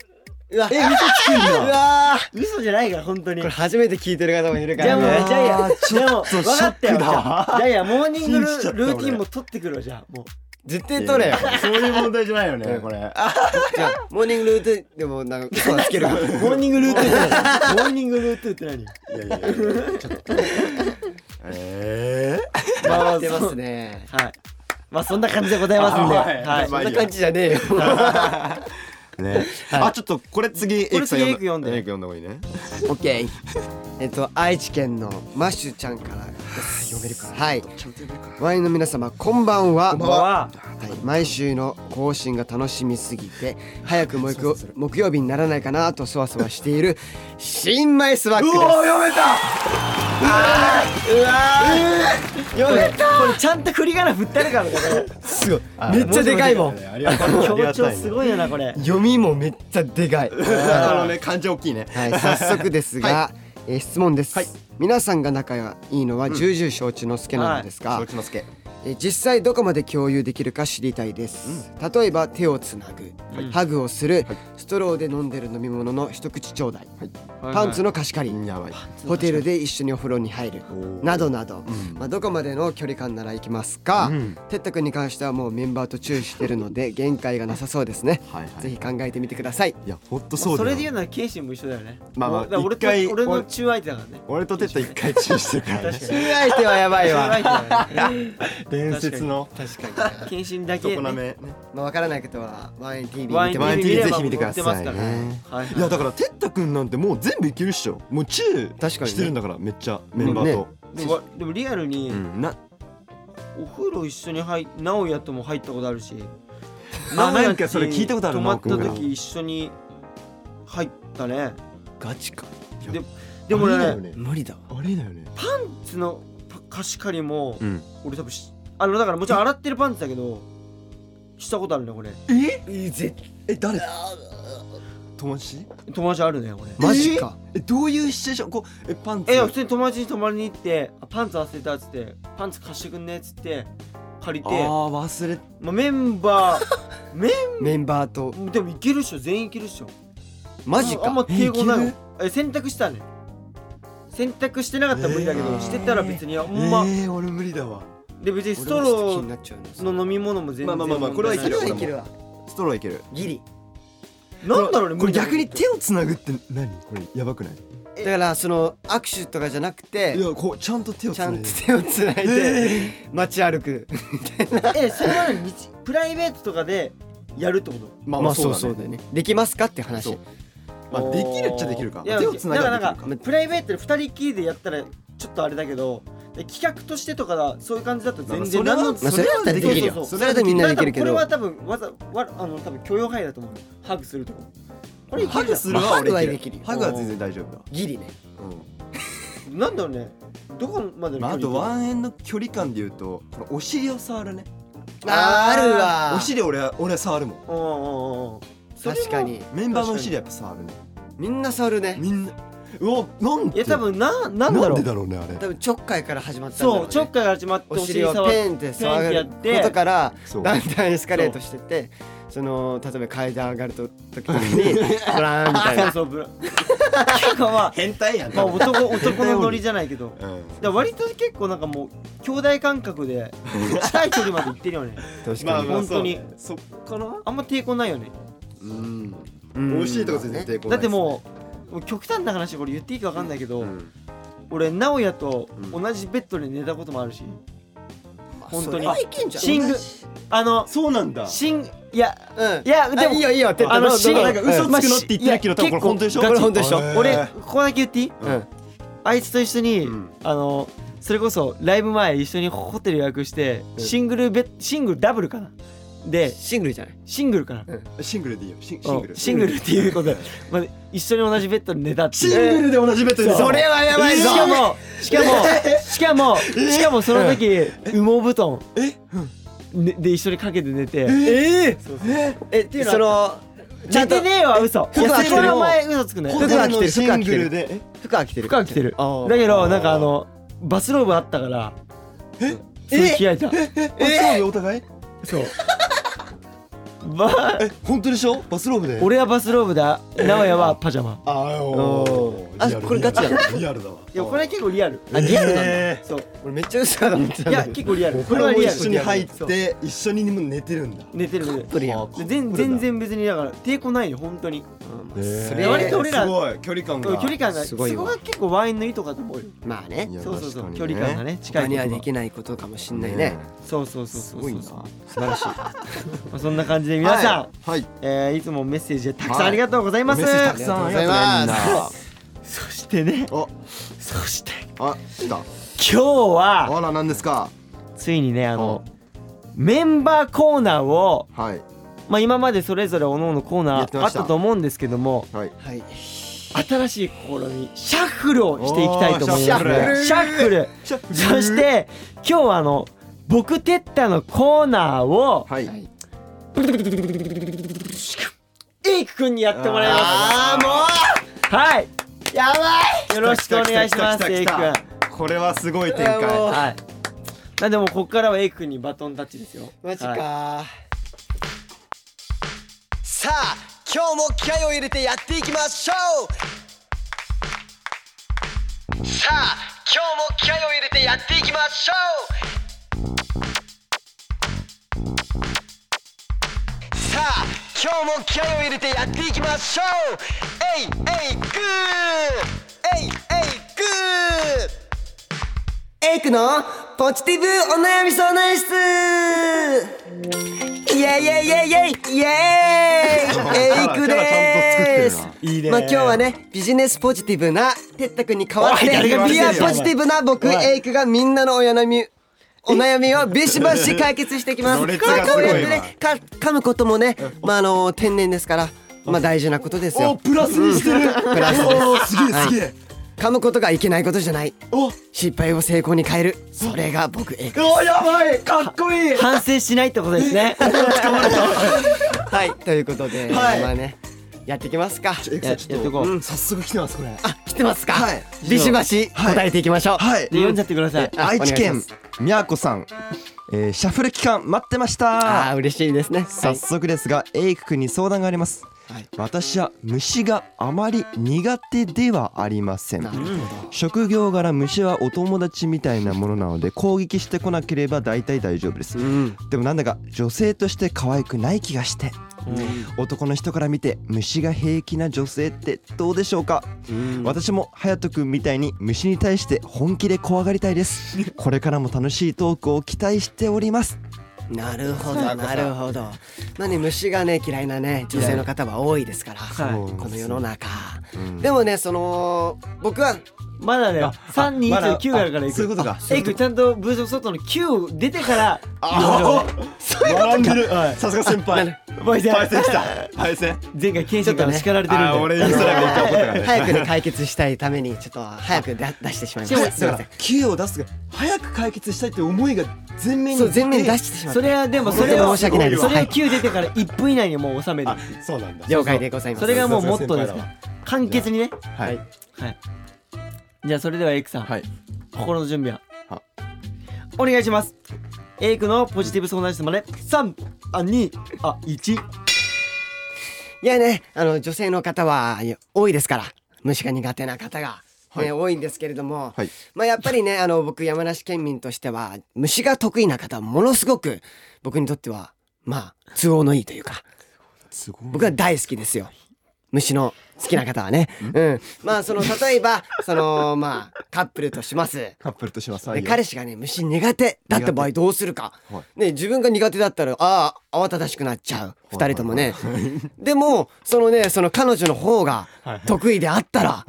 [SPEAKER 2] うわ
[SPEAKER 3] え嘘つくん
[SPEAKER 2] う
[SPEAKER 3] だ
[SPEAKER 2] わー
[SPEAKER 1] 嘘じゃないから本当に
[SPEAKER 2] これ初めて聞いてる方もいるか
[SPEAKER 1] じゃあ
[SPEAKER 2] ら
[SPEAKER 1] もう
[SPEAKER 2] ね
[SPEAKER 1] じゃあいやじゃあもう分かったよじ
[SPEAKER 3] ショックだ
[SPEAKER 1] ゃあいやいやモーニングル
[SPEAKER 3] 信じちゃった
[SPEAKER 1] ル
[SPEAKER 3] 俺
[SPEAKER 1] ーティンも取ってくるわじゃあもう
[SPEAKER 2] 絶対取れよ
[SPEAKER 3] そういう問題じゃないよねこれ
[SPEAKER 2] じゃあモーニングルーティンでもなんか嘘はつ [laughs] けるから
[SPEAKER 1] モーニングルーティンって
[SPEAKER 3] [laughs]
[SPEAKER 1] 何モーニングルーティンって何
[SPEAKER 3] いやいやいやちょっとええ
[SPEAKER 1] まあ
[SPEAKER 2] [laughs]
[SPEAKER 1] まあ
[SPEAKER 2] 出
[SPEAKER 1] そ
[SPEAKER 2] ます
[SPEAKER 1] う
[SPEAKER 2] ね
[SPEAKER 1] はいまあそんな感じでございますんで
[SPEAKER 3] あはい
[SPEAKER 1] はい
[SPEAKER 3] ま
[SPEAKER 2] そ
[SPEAKER 3] あ
[SPEAKER 2] ん
[SPEAKER 3] いい
[SPEAKER 2] な
[SPEAKER 3] よ
[SPEAKER 2] 感じじゃ [laughs] ねえよ
[SPEAKER 3] ねあちょっとこれ次エイクさん
[SPEAKER 1] これ次
[SPEAKER 3] 読ん
[SPEAKER 1] エイク読んで
[SPEAKER 3] エイク読んだ方がいいね
[SPEAKER 2] オッケーえっと愛知県のマッシュちゃんから読めるかはいワインの皆様こんばんははい、毎週の更新が楽しみすぎ [laughs] て早く木曜木曜日にならないかなとそわそわして [laughs] いる新米スワックです
[SPEAKER 1] これちゃんと振り仮名振ってあるからねこ
[SPEAKER 2] すごいめっちゃでかいもん
[SPEAKER 3] ありがとう
[SPEAKER 1] れ強調すごいよなこれ
[SPEAKER 2] 読みもめっちゃでかい
[SPEAKER 3] あのね感情大きいね
[SPEAKER 2] [laughs] はい、早速ですが、えー質問です、皆さんが仲がいいのは重々承知の助なのですが、
[SPEAKER 3] 承知の助
[SPEAKER 2] えー実際どこまで共有できるか知りたいです、例えば手をつなぐ、ハグをする、ストローで飲んでる飲み物の一口ちょうだい、パンツの貸し借り、ホテルで一緒にお風呂に入るなどなど、まあ、どこまでの距離感なら行きますか、てったくんに関してはもうメンバーと注意してるので限界がなさそうですね、
[SPEAKER 3] はいはい
[SPEAKER 2] ぜひ考えてみてください
[SPEAKER 3] いやほんと
[SPEAKER 1] そ
[SPEAKER 3] そうだ
[SPEAKER 1] れ
[SPEAKER 3] よ
[SPEAKER 1] で言うならケイシンも一緒だよね
[SPEAKER 3] まあまあ
[SPEAKER 1] だから俺と
[SPEAKER 3] 一回
[SPEAKER 1] 俺の中相手だからね
[SPEAKER 3] 俺とテッド一回チンしてるからね
[SPEAKER 1] 確か
[SPEAKER 2] 注意相手はやばいわ
[SPEAKER 1] 中相手だからね
[SPEAKER 3] 伝説の
[SPEAKER 1] 確かにケイシンだけ
[SPEAKER 3] 常
[SPEAKER 1] ね
[SPEAKER 3] 滑
[SPEAKER 2] まあ、わからないことは、ワンエン TV 見て
[SPEAKER 1] ワイン
[SPEAKER 2] もら
[SPEAKER 3] ワ
[SPEAKER 2] え
[SPEAKER 3] イン
[SPEAKER 1] TV 見れば
[SPEAKER 3] TV ぜひ見てくださいね
[SPEAKER 1] 載ってますからね
[SPEAKER 3] いやだからテッタ君なんてもう全部いけるっしょもうチュー
[SPEAKER 2] 確かにね
[SPEAKER 3] してるんだからめっちゃメンバーと
[SPEAKER 1] ででもリアルに
[SPEAKER 3] うんな
[SPEAKER 1] お風呂一緒に入直哉とも入ったことあるし
[SPEAKER 3] あ
[SPEAKER 1] 直哉
[SPEAKER 3] なんかそれ聞いたことある
[SPEAKER 1] 泊まった
[SPEAKER 3] 直哉君
[SPEAKER 1] 時一緒に入ったね
[SPEAKER 3] ガチか
[SPEAKER 1] でも
[SPEAKER 3] あれだよ
[SPEAKER 1] ね
[SPEAKER 3] ね
[SPEAKER 2] 無理だわ。
[SPEAKER 3] あれだよね
[SPEAKER 1] そのパ貸し借りも、
[SPEAKER 3] うん
[SPEAKER 1] 俺多分しあのだからもちろん洗ってるパンツだけどしたことあるねこれ
[SPEAKER 3] え誰友達
[SPEAKER 1] 友達あるねこれ
[SPEAKER 2] マジか。
[SPEAKER 3] えどういうシチュエーションこうえパンツ
[SPEAKER 1] えいや普通に友達に泊まりに行ってあパンツ忘れたっつってパンツ貸してくんねっつって借り
[SPEAKER 3] あ
[SPEAKER 1] て
[SPEAKER 3] ー忘れ
[SPEAKER 1] まあ、メンバ
[SPEAKER 2] メンバーと。
[SPEAKER 1] ーでもいけるっしょ全員いけるっしょ
[SPEAKER 2] マジ
[SPEAKER 1] あんま
[SPEAKER 2] か。
[SPEAKER 1] 抵抗ない
[SPEAKER 3] えい
[SPEAKER 1] よえ選択したね選択してなかったら無理だけど、
[SPEAKER 3] えー
[SPEAKER 1] してたら別にあん
[SPEAKER 3] え
[SPEAKER 1] ま、
[SPEAKER 3] ー俺無理だわ
[SPEAKER 1] で別にスト
[SPEAKER 2] 俺もちょっと気
[SPEAKER 1] ロ
[SPEAKER 2] になっちゃうな
[SPEAKER 1] ーの飲み物も全然
[SPEAKER 3] まあまあまあまあこれはいける
[SPEAKER 1] 問題
[SPEAKER 3] 俺
[SPEAKER 1] ない
[SPEAKER 3] も
[SPEAKER 2] わ。
[SPEAKER 3] ストローいける
[SPEAKER 2] ギリ。
[SPEAKER 1] なんだろうね
[SPEAKER 3] これ
[SPEAKER 1] 無理だけ
[SPEAKER 3] 逆
[SPEAKER 1] ど
[SPEAKER 3] に手をつなぐって何これやばくない
[SPEAKER 2] だから、その握手とかじゃなくて
[SPEAKER 3] い。やこうちゃんと手をつ
[SPEAKER 2] ちゃ
[SPEAKER 3] なんい
[SPEAKER 2] と
[SPEAKER 3] で
[SPEAKER 2] 手をつないで街歩く
[SPEAKER 1] えそれまで日プライベートとかでやるってこと
[SPEAKER 3] ま
[SPEAKER 2] だよねできますかって話
[SPEAKER 3] そうまあできるっちゃできるか
[SPEAKER 1] いや
[SPEAKER 3] 手をつなが
[SPEAKER 1] だ
[SPEAKER 3] ら
[SPEAKER 1] から
[SPEAKER 3] で
[SPEAKER 1] なんか
[SPEAKER 3] きるか
[SPEAKER 1] プライベートで二人きりでやったらちょっとあれだけどで企画としてとかだそういう感じだと全然
[SPEAKER 3] まあまあ
[SPEAKER 1] 何の
[SPEAKER 3] それは
[SPEAKER 2] それだ
[SPEAKER 3] まあ
[SPEAKER 2] ったらできるよ
[SPEAKER 1] そう
[SPEAKER 2] そ
[SPEAKER 1] そうそう
[SPEAKER 2] れだったらみんなできるけ
[SPEAKER 1] これ
[SPEAKER 2] ど
[SPEAKER 1] は多分わざわあの多分許容範囲だと思うハグするとここれいけ
[SPEAKER 3] ハ
[SPEAKER 1] るじ
[SPEAKER 3] グ
[SPEAKER 1] ゃ
[SPEAKER 3] するは俺
[SPEAKER 2] まあハグはいで
[SPEAKER 3] け
[SPEAKER 2] きる
[SPEAKER 3] る
[SPEAKER 2] よ
[SPEAKER 3] ハグは全然大丈夫だ
[SPEAKER 2] ギリね
[SPEAKER 1] んなんだろうねどこまでの距
[SPEAKER 3] まあ
[SPEAKER 1] 離
[SPEAKER 3] あとワンエンの距離感で言うとこのお尻を触るね
[SPEAKER 2] あーあるわ
[SPEAKER 3] お尻俺は俺は触るもん
[SPEAKER 1] うんうんうんうんそれも
[SPEAKER 2] 確かに
[SPEAKER 3] メンバーのお尻やっぱ触るね
[SPEAKER 2] みんな触るね
[SPEAKER 3] みんなうわなん
[SPEAKER 1] い
[SPEAKER 3] で
[SPEAKER 1] や多分ななんだろ
[SPEAKER 3] なん
[SPEAKER 1] う
[SPEAKER 3] でだろうねあれ
[SPEAKER 2] 多分ちょっかいから始まったんだろ
[SPEAKER 1] そううちょっ
[SPEAKER 2] ね
[SPEAKER 1] かいが始まって
[SPEAKER 2] お
[SPEAKER 1] お尻
[SPEAKER 2] 尻を
[SPEAKER 1] 触
[SPEAKER 2] ペ
[SPEAKER 1] る
[SPEAKER 2] ンって触
[SPEAKER 1] ペンっ
[SPEAKER 2] る
[SPEAKER 1] てやって
[SPEAKER 2] ことから
[SPEAKER 3] そう
[SPEAKER 2] だんだんエスカレートしてってその例えば階段上がると時にブラーンみ
[SPEAKER 1] [laughs]
[SPEAKER 2] たい
[SPEAKER 1] そう
[SPEAKER 2] な
[SPEAKER 1] そうブラ結構まあ
[SPEAKER 3] 変態やん
[SPEAKER 1] まあ
[SPEAKER 3] 多分
[SPEAKER 1] 男男のノリじゃないけど
[SPEAKER 3] うん
[SPEAKER 1] だから割と結構なんかもう兄弟感覚
[SPEAKER 3] [laughs]
[SPEAKER 1] で近い距離まで行ってるよね
[SPEAKER 2] 確
[SPEAKER 3] まあまあ
[SPEAKER 1] 本当に
[SPEAKER 3] そうね
[SPEAKER 1] かなあんま抵抗ないよね
[SPEAKER 3] そうん
[SPEAKER 2] うん
[SPEAKER 3] お尻とか全然抵抗な
[SPEAKER 1] だ
[SPEAKER 3] い
[SPEAKER 1] ってもうもう極端な話これ言っていいか分かんないけど、
[SPEAKER 3] うん
[SPEAKER 1] 俺直哉と
[SPEAKER 3] うん
[SPEAKER 1] 同じベッドで寝たこともあるし、本当に
[SPEAKER 2] まあそれはいけんじゃん
[SPEAKER 1] シングあの
[SPEAKER 3] そうなんだ
[SPEAKER 1] シンいや
[SPEAKER 2] うん
[SPEAKER 1] いやで
[SPEAKER 2] あ
[SPEAKER 1] も
[SPEAKER 2] いいよいいよって
[SPEAKER 1] あのシン
[SPEAKER 3] なんか嘘つくの
[SPEAKER 1] まあ
[SPEAKER 3] って言ってるけど多分これ本当でしょ
[SPEAKER 1] いや結構
[SPEAKER 2] これ本当でしょ
[SPEAKER 1] ガチ
[SPEAKER 3] へー
[SPEAKER 1] 俺ここだけ言っていい
[SPEAKER 2] うん
[SPEAKER 1] あいつと一緒に、
[SPEAKER 3] うん
[SPEAKER 1] あのそれこそライブ前一緒にホテル予約して、シングルベッシングルダブルかなで
[SPEAKER 2] シングルじゃない
[SPEAKER 1] シングルかな、
[SPEAKER 3] シングルでいいよシンシングル
[SPEAKER 1] シングルっていうことで、まあ、一緒に同じベッドに寝たって
[SPEAKER 3] シ
[SPEAKER 1] いう
[SPEAKER 3] ングルで同じベッドに
[SPEAKER 2] それはやばい
[SPEAKER 1] し
[SPEAKER 2] ぞ
[SPEAKER 1] かもしかもしかもしかもその時羽毛布団ねで一緒にかけて寝て
[SPEAKER 2] ええって
[SPEAKER 1] いうのは
[SPEAKER 2] そのちゃ
[SPEAKER 1] 寝
[SPEAKER 2] んと
[SPEAKER 1] てねえわ嘘い
[SPEAKER 2] 服
[SPEAKER 1] やそ
[SPEAKER 2] は着てる
[SPEAKER 1] れは前嘘つくね
[SPEAKER 3] ホテルのシングルでえ
[SPEAKER 2] 服は着てる
[SPEAKER 1] 服は着てる
[SPEAKER 2] あー
[SPEAKER 1] だけどなんかあのバスローブあったからそれ着替えた
[SPEAKER 3] バスローブお互い
[SPEAKER 1] そうば
[SPEAKER 3] え本当でしょバスローブで
[SPEAKER 1] 俺はバスローブだ直哉はパジャマ
[SPEAKER 3] あーおー
[SPEAKER 2] あ
[SPEAKER 3] リアル
[SPEAKER 2] これガチだ
[SPEAKER 3] リアルだわ
[SPEAKER 1] いやこれは結構リアル
[SPEAKER 2] あリアルなんだ
[SPEAKER 3] え
[SPEAKER 1] そう
[SPEAKER 2] 俺めっちゃ嘘だと思ってた
[SPEAKER 1] い
[SPEAKER 2] んだ
[SPEAKER 1] や
[SPEAKER 2] けど
[SPEAKER 1] 結構リアル
[SPEAKER 3] ーこ
[SPEAKER 1] これ
[SPEAKER 3] れ
[SPEAKER 1] は
[SPEAKER 3] は
[SPEAKER 1] リアル
[SPEAKER 3] 一緒に入っ
[SPEAKER 1] そう
[SPEAKER 3] て一緒にも寝てるんだ
[SPEAKER 1] 寝てる寝てる
[SPEAKER 2] プルやん
[SPEAKER 1] で全全然別にだから抵抗ないよ本当に
[SPEAKER 2] そ
[SPEAKER 1] いや割と俺ら
[SPEAKER 3] すごい距離感
[SPEAKER 1] 距
[SPEAKER 3] が
[SPEAKER 1] 離感が
[SPEAKER 2] す
[SPEAKER 1] そ
[SPEAKER 2] ごいわ
[SPEAKER 1] こが結構ワインのいいとかと思うよ
[SPEAKER 2] まあね
[SPEAKER 3] いや
[SPEAKER 1] そうそうそう
[SPEAKER 3] 確
[SPEAKER 1] 距
[SPEAKER 3] かに
[SPEAKER 1] 離
[SPEAKER 3] ね
[SPEAKER 1] 感がね近
[SPEAKER 2] 他
[SPEAKER 1] い
[SPEAKER 2] には
[SPEAKER 1] 言葉
[SPEAKER 2] できないことかもしんないね
[SPEAKER 1] そうそうそうそうそう
[SPEAKER 3] すごいな
[SPEAKER 2] 素晴らしい
[SPEAKER 1] まあそんな感じで皆さん、
[SPEAKER 3] はい
[SPEAKER 1] えーいつもメッセージたくさんありがとうございます、
[SPEAKER 3] メッセージたくさんありがとうございます
[SPEAKER 1] そしてね
[SPEAKER 3] お
[SPEAKER 1] そして
[SPEAKER 3] あ来た
[SPEAKER 1] 今日は
[SPEAKER 4] あら何ですか
[SPEAKER 1] ついにねあのメンバーコーナーを
[SPEAKER 4] はい
[SPEAKER 1] まあ今までそれぞれおののコーナ
[SPEAKER 4] やって
[SPEAKER 1] ーあ
[SPEAKER 4] ま
[SPEAKER 1] っ
[SPEAKER 4] した
[SPEAKER 1] たと思うんですけども
[SPEAKER 4] はい
[SPEAKER 2] はい
[SPEAKER 1] 新しい試みシャッフルをしていきたいと思いますシ
[SPEAKER 4] シ
[SPEAKER 1] ャ
[SPEAKER 4] ャ
[SPEAKER 1] ッ
[SPEAKER 4] ッ
[SPEAKER 1] フ
[SPEAKER 4] フ
[SPEAKER 1] ルシャッフルそして今日はあの僕てったのコーナーを
[SPEAKER 4] はい
[SPEAKER 1] エイクくんにやってもらいますああもうはいやばいよろしくお願いしま
[SPEAKER 4] 来た
[SPEAKER 1] す
[SPEAKER 4] 来
[SPEAKER 1] エイ
[SPEAKER 4] た来た
[SPEAKER 1] クくん
[SPEAKER 4] 来たこれはすごい展開
[SPEAKER 2] もう
[SPEAKER 1] はいなんでもうここからはエイクくんにバトンタッチですよ
[SPEAKER 2] マジか、
[SPEAKER 1] はい
[SPEAKER 2] さあ今日も気合を入れてやっていきましょうさあ今日も気合を入れてやっていきましょうさあ今日も気合を入れてやっていきましょうえいえいグーえいえいグーエイクのポジティブお悩み相談室イエイイエイイエイイエイイエイエイクです
[SPEAKER 1] いいね
[SPEAKER 2] まあ今日はねビジネスポジティブなてったくんに代わって
[SPEAKER 1] おい誰が見
[SPEAKER 2] ビ
[SPEAKER 1] てん
[SPEAKER 2] ア
[SPEAKER 1] だよ
[SPEAKER 2] ポジティブな僕エイクがみんなのお悩みお悩みをビシバシ解決していきます。
[SPEAKER 4] [laughs] 序列
[SPEAKER 2] まあ
[SPEAKER 4] がす
[SPEAKER 2] こ
[SPEAKER 4] ご
[SPEAKER 2] う
[SPEAKER 4] い
[SPEAKER 2] や
[SPEAKER 4] わ
[SPEAKER 2] ってねか噛むこともねまああの天然ですからまあ大事なことですよ。
[SPEAKER 4] [laughs] プラスにしてる
[SPEAKER 2] プラスです
[SPEAKER 4] おーすげえすげえ
[SPEAKER 2] 噛むことがいけないことじゃない
[SPEAKER 4] お
[SPEAKER 2] 失敗を成功に変えるそれが僕エイク。
[SPEAKER 4] おやばいかっこいい
[SPEAKER 1] 反省しないってことですね
[SPEAKER 2] はいということでま
[SPEAKER 4] はい
[SPEAKER 2] あねやっていきますか。
[SPEAKER 4] エイク
[SPEAKER 1] や
[SPEAKER 4] さ
[SPEAKER 1] や
[SPEAKER 4] ん
[SPEAKER 1] っ
[SPEAKER 4] ち
[SPEAKER 1] て
[SPEAKER 4] ょっ
[SPEAKER 1] い
[SPEAKER 4] と
[SPEAKER 1] こう、で
[SPEAKER 4] 早速来てますこれ
[SPEAKER 2] あ来てますか。
[SPEAKER 4] はい
[SPEAKER 2] ビシバシ答えていきましょう。
[SPEAKER 3] はい
[SPEAKER 1] 読んじゃってください
[SPEAKER 2] あ
[SPEAKER 3] 愛知
[SPEAKER 2] お願い
[SPEAKER 3] 県
[SPEAKER 2] し
[SPEAKER 3] みやこさん、えーシャッフル期間待ってました
[SPEAKER 2] ああ嬉しいですね。
[SPEAKER 3] 早速ですが、エイク君に相談があります、
[SPEAKER 2] はい
[SPEAKER 3] 私は虫があまり苦手ではありません職業柄虫はお友達みたいなものなので攻撃してこなければ大体大丈夫です、でもなんだか女性として可愛くない気がして、男の人から見て虫が平気な女性ってどうでしょうか、私も隼人君みたいに虫に対して本気で怖がりたいですこれからも楽しいトークを期待しております
[SPEAKER 2] なるほどなるほどまあね虫がね嫌いなね女性の方は多いですから、
[SPEAKER 1] はい
[SPEAKER 2] この世の中、でもねその僕は
[SPEAKER 1] まだね三二一の九があるからいく
[SPEAKER 3] そういうことか
[SPEAKER 1] エイクちゃんとブースの外の9出てから
[SPEAKER 4] 並んでるさすが先輩
[SPEAKER 1] ボイス
[SPEAKER 4] 敗戦した敗戦
[SPEAKER 1] 前回ケンシンから叱られてるん
[SPEAKER 4] あー
[SPEAKER 1] で
[SPEAKER 4] 俺言いそうだから一回怒ったからね
[SPEAKER 2] 早くね解決したいためにちょっと早く出出してしまいましたすいません
[SPEAKER 4] キを出すが早く解決したいって思いが前面
[SPEAKER 2] そう全面に出してしまっ
[SPEAKER 1] そ
[SPEAKER 2] た
[SPEAKER 1] れはでもそれを
[SPEAKER 2] 申し訳ないです
[SPEAKER 1] それ
[SPEAKER 2] は
[SPEAKER 1] を
[SPEAKER 2] い
[SPEAKER 1] 9出てから1分以内にもう収める
[SPEAKER 4] そうなんだ
[SPEAKER 2] 了解でございます
[SPEAKER 1] それがもうモ
[SPEAKER 4] さす
[SPEAKER 1] ッ
[SPEAKER 4] が
[SPEAKER 1] トーですから簡潔にね
[SPEAKER 4] はい
[SPEAKER 1] はいじゃあそれではエイクさん
[SPEAKER 4] はい
[SPEAKER 1] 心の準備は
[SPEAKER 4] は
[SPEAKER 1] お願いしますエイクのポジティブ相談室まで3あ2あ1
[SPEAKER 2] いやねあの女性の方はいや多いですから虫が苦手な方が、ね多いんですけれども、
[SPEAKER 4] はい
[SPEAKER 2] まあやっぱりねあの僕山梨県民としては虫が得意な方はものすごく僕にとってはまあ都合のいいというか
[SPEAKER 4] すごい
[SPEAKER 2] 僕は大好きですよ虫の好きな方はねうんまあその例えばそのまあカップルとします
[SPEAKER 4] カップルとします
[SPEAKER 2] で彼氏がね虫苦手だった場合どうするか、
[SPEAKER 4] は
[SPEAKER 2] ね、自分が苦手だったらああ慌ただしくなっちゃう二人ともね、でもそのねその彼女の方が得意であったら、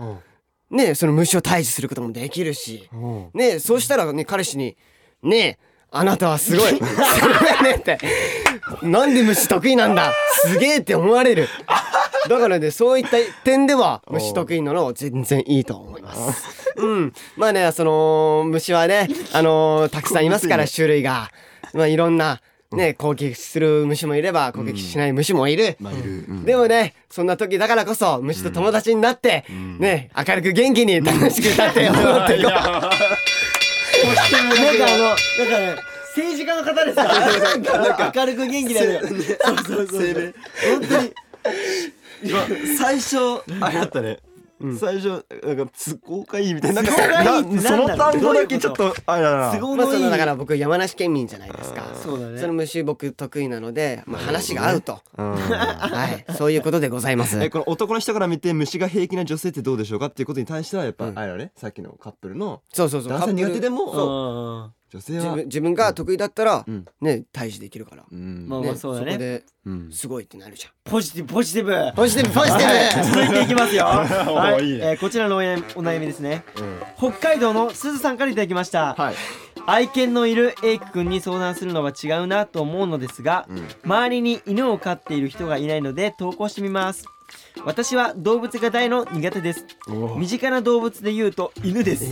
[SPEAKER 2] ねその虫を退治することもできるし、ねそうしたらね彼氏に「ねえあなたはすごいすごいね」って「なんで虫得意なんだすげえ」って思われる。だからねそういった点では虫得意なのは全然いいと思います。うん、まあねその虫はねあのーたくさんいますから種類が、まあいろんなね攻撃する虫もいれば攻撃しない虫もいる。
[SPEAKER 4] まあいる
[SPEAKER 2] でもねそんな時だからこそ虫と友達になって、ね明るく元気に楽しく歌って踊っていこう。
[SPEAKER 1] なんかあの、なんかね、政治家の方ですか。なんか明るく元気だよ。そうそうそう。本当に。
[SPEAKER 4] 最初あれだったね最初なんか都合がいいみたいななんか
[SPEAKER 1] 都合がいいって
[SPEAKER 4] なその
[SPEAKER 1] なんだろう
[SPEAKER 4] 単語だけちょっとあれだな
[SPEAKER 1] 都合
[SPEAKER 2] まあ
[SPEAKER 1] の
[SPEAKER 2] そ
[SPEAKER 1] い
[SPEAKER 2] のだか
[SPEAKER 1] い。
[SPEAKER 2] ら僕山梨県民じゃないですか。
[SPEAKER 1] そうだね
[SPEAKER 2] その虫僕得意なので、まあ、話が合うと、はいそういうことでございます。
[SPEAKER 3] えこの男の人から見て虫が平気な女性ってどうでしょうかっていうことに対してはやっぱ、あれだねさっきのカップルの
[SPEAKER 2] そうそうそう。
[SPEAKER 3] 男性苦手でも
[SPEAKER 1] うん
[SPEAKER 4] 女性
[SPEAKER 2] 自
[SPEAKER 4] は
[SPEAKER 2] 分自分が得意だったら、
[SPEAKER 4] うん
[SPEAKER 2] ね対峙できるから、
[SPEAKER 4] うん
[SPEAKER 1] まあまあそうだ
[SPEAKER 2] そこ
[SPEAKER 1] ね
[SPEAKER 2] で
[SPEAKER 4] うん
[SPEAKER 2] すごいってなるじゃん
[SPEAKER 1] ポジティブポジティブ
[SPEAKER 2] ポジティブポジテ
[SPEAKER 1] はい
[SPEAKER 2] ィ
[SPEAKER 1] 続いていき [laughs] ますよは
[SPEAKER 4] お
[SPEAKER 1] い
[SPEAKER 4] いいね
[SPEAKER 1] えーこちらのお悩お悩みですね
[SPEAKER 4] うん
[SPEAKER 1] 北海道のすずさんからいただきました
[SPEAKER 4] はい
[SPEAKER 1] 愛犬のいるエイク君に相談するのは違うなと思うのですが、
[SPEAKER 4] うん
[SPEAKER 1] 周りに犬を飼っている人がいないので投稿してみます私は動物が大の苦手です身近な動物で言うと犬です、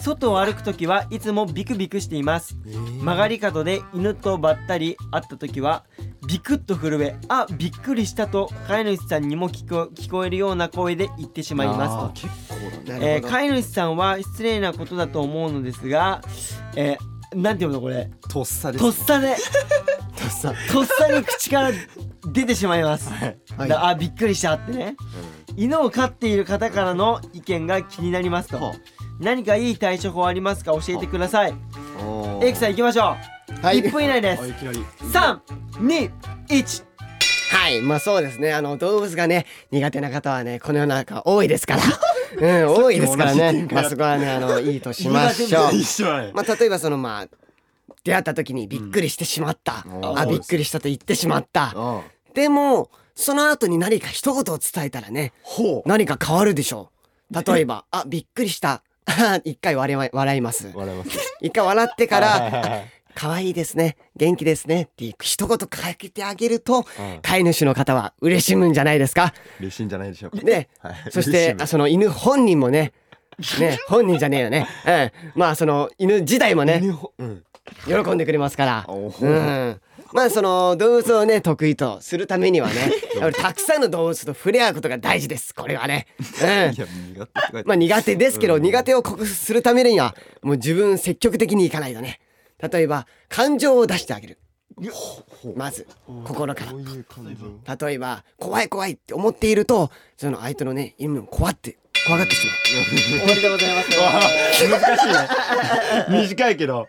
[SPEAKER 1] 外を歩く時はいつもビクビクしています、曲がり角で犬とばったり会った時はビクッと震えあびっくりしたと飼い主さんにも聞こ聞こえるような声で言ってしまいますと
[SPEAKER 2] ブなるほど、
[SPEAKER 1] えー飼い主さんは失礼なことだと思うのですが、えー、なんていうのこれ
[SPEAKER 4] とっさです
[SPEAKER 1] とっさ
[SPEAKER 2] [laughs]
[SPEAKER 1] で
[SPEAKER 4] とっさ
[SPEAKER 1] とっさに口から出てしまいます、
[SPEAKER 2] はい
[SPEAKER 1] だあびっくりしたってね、犬を飼っている方からの意見が気になりますと、
[SPEAKER 4] はあ
[SPEAKER 1] 何かいい対処法ありますか教えてください、エイクさん行きましょう、
[SPEAKER 2] はい
[SPEAKER 1] 1分以内で
[SPEAKER 4] あい
[SPEAKER 1] す
[SPEAKER 4] きなり
[SPEAKER 1] 321
[SPEAKER 2] はいまあそうですねあの動物がね苦手な方はねこの世の中多いで
[SPEAKER 4] [laughs]
[SPEAKER 2] すからうん多いですから
[SPEAKER 4] さっきも同じ展
[SPEAKER 2] ね
[SPEAKER 4] 開
[SPEAKER 2] ま
[SPEAKER 4] だった
[SPEAKER 2] あそこはねあのいいとしましょう
[SPEAKER 4] 一緒だね
[SPEAKER 2] まあ例えばそのまあ出会った時にびっくりしてしまった、
[SPEAKER 4] ん
[SPEAKER 2] あびっくりしたと言ってしまった
[SPEAKER 4] うん
[SPEAKER 2] でもその後に何か一言を伝えたらね
[SPEAKER 4] ほ
[SPEAKER 2] 何か変わるでしょう例え
[SPEAKER 4] [laughs]
[SPEAKER 2] ば「あびっくりした」 [laughs] 「一回笑いま笑います
[SPEAKER 4] う」笑います
[SPEAKER 2] 「一回笑ってか
[SPEAKER 4] [laughs] はいはいは
[SPEAKER 2] ら
[SPEAKER 4] い
[SPEAKER 2] 「可愛いですね元気ですね」って一言かけてあげると
[SPEAKER 4] うん
[SPEAKER 2] 飼い主の方は嬉しむんじゃないですか
[SPEAKER 4] 嬉しいんじゃないでしょうか
[SPEAKER 2] ね
[SPEAKER 4] はい
[SPEAKER 2] そして
[SPEAKER 4] 嬉
[SPEAKER 2] あ
[SPEAKER 4] し
[SPEAKER 2] その犬本人もねね本人じゃねえよねうんまあその犬自体も
[SPEAKER 4] い
[SPEAKER 2] ね
[SPEAKER 4] 犬ほうん
[SPEAKER 2] 喜んでくれますから
[SPEAKER 4] お
[SPEAKER 2] う
[SPEAKER 4] ー
[SPEAKER 2] んまあその動物をね得意とするため
[SPEAKER 4] [laughs]
[SPEAKER 2] にはねやっぱりたくさんの動物と触れ合うことが大事ですこれはねうん
[SPEAKER 4] いや苦手って書いて
[SPEAKER 2] まあ苦手ですけど、
[SPEAKER 4] うん
[SPEAKER 2] 苦手を克服するためにはもう自分積極的にいかないとね例えば感情を出してあげるまず心か
[SPEAKER 4] こういう感情
[SPEAKER 2] ら例えば怖い怖いって思っているとその相手のね犬も怖って怖がってしまう
[SPEAKER 1] おめでとうござい
[SPEAKER 2] [laughs]
[SPEAKER 1] ます
[SPEAKER 4] 難しいね [laughs] 短いけど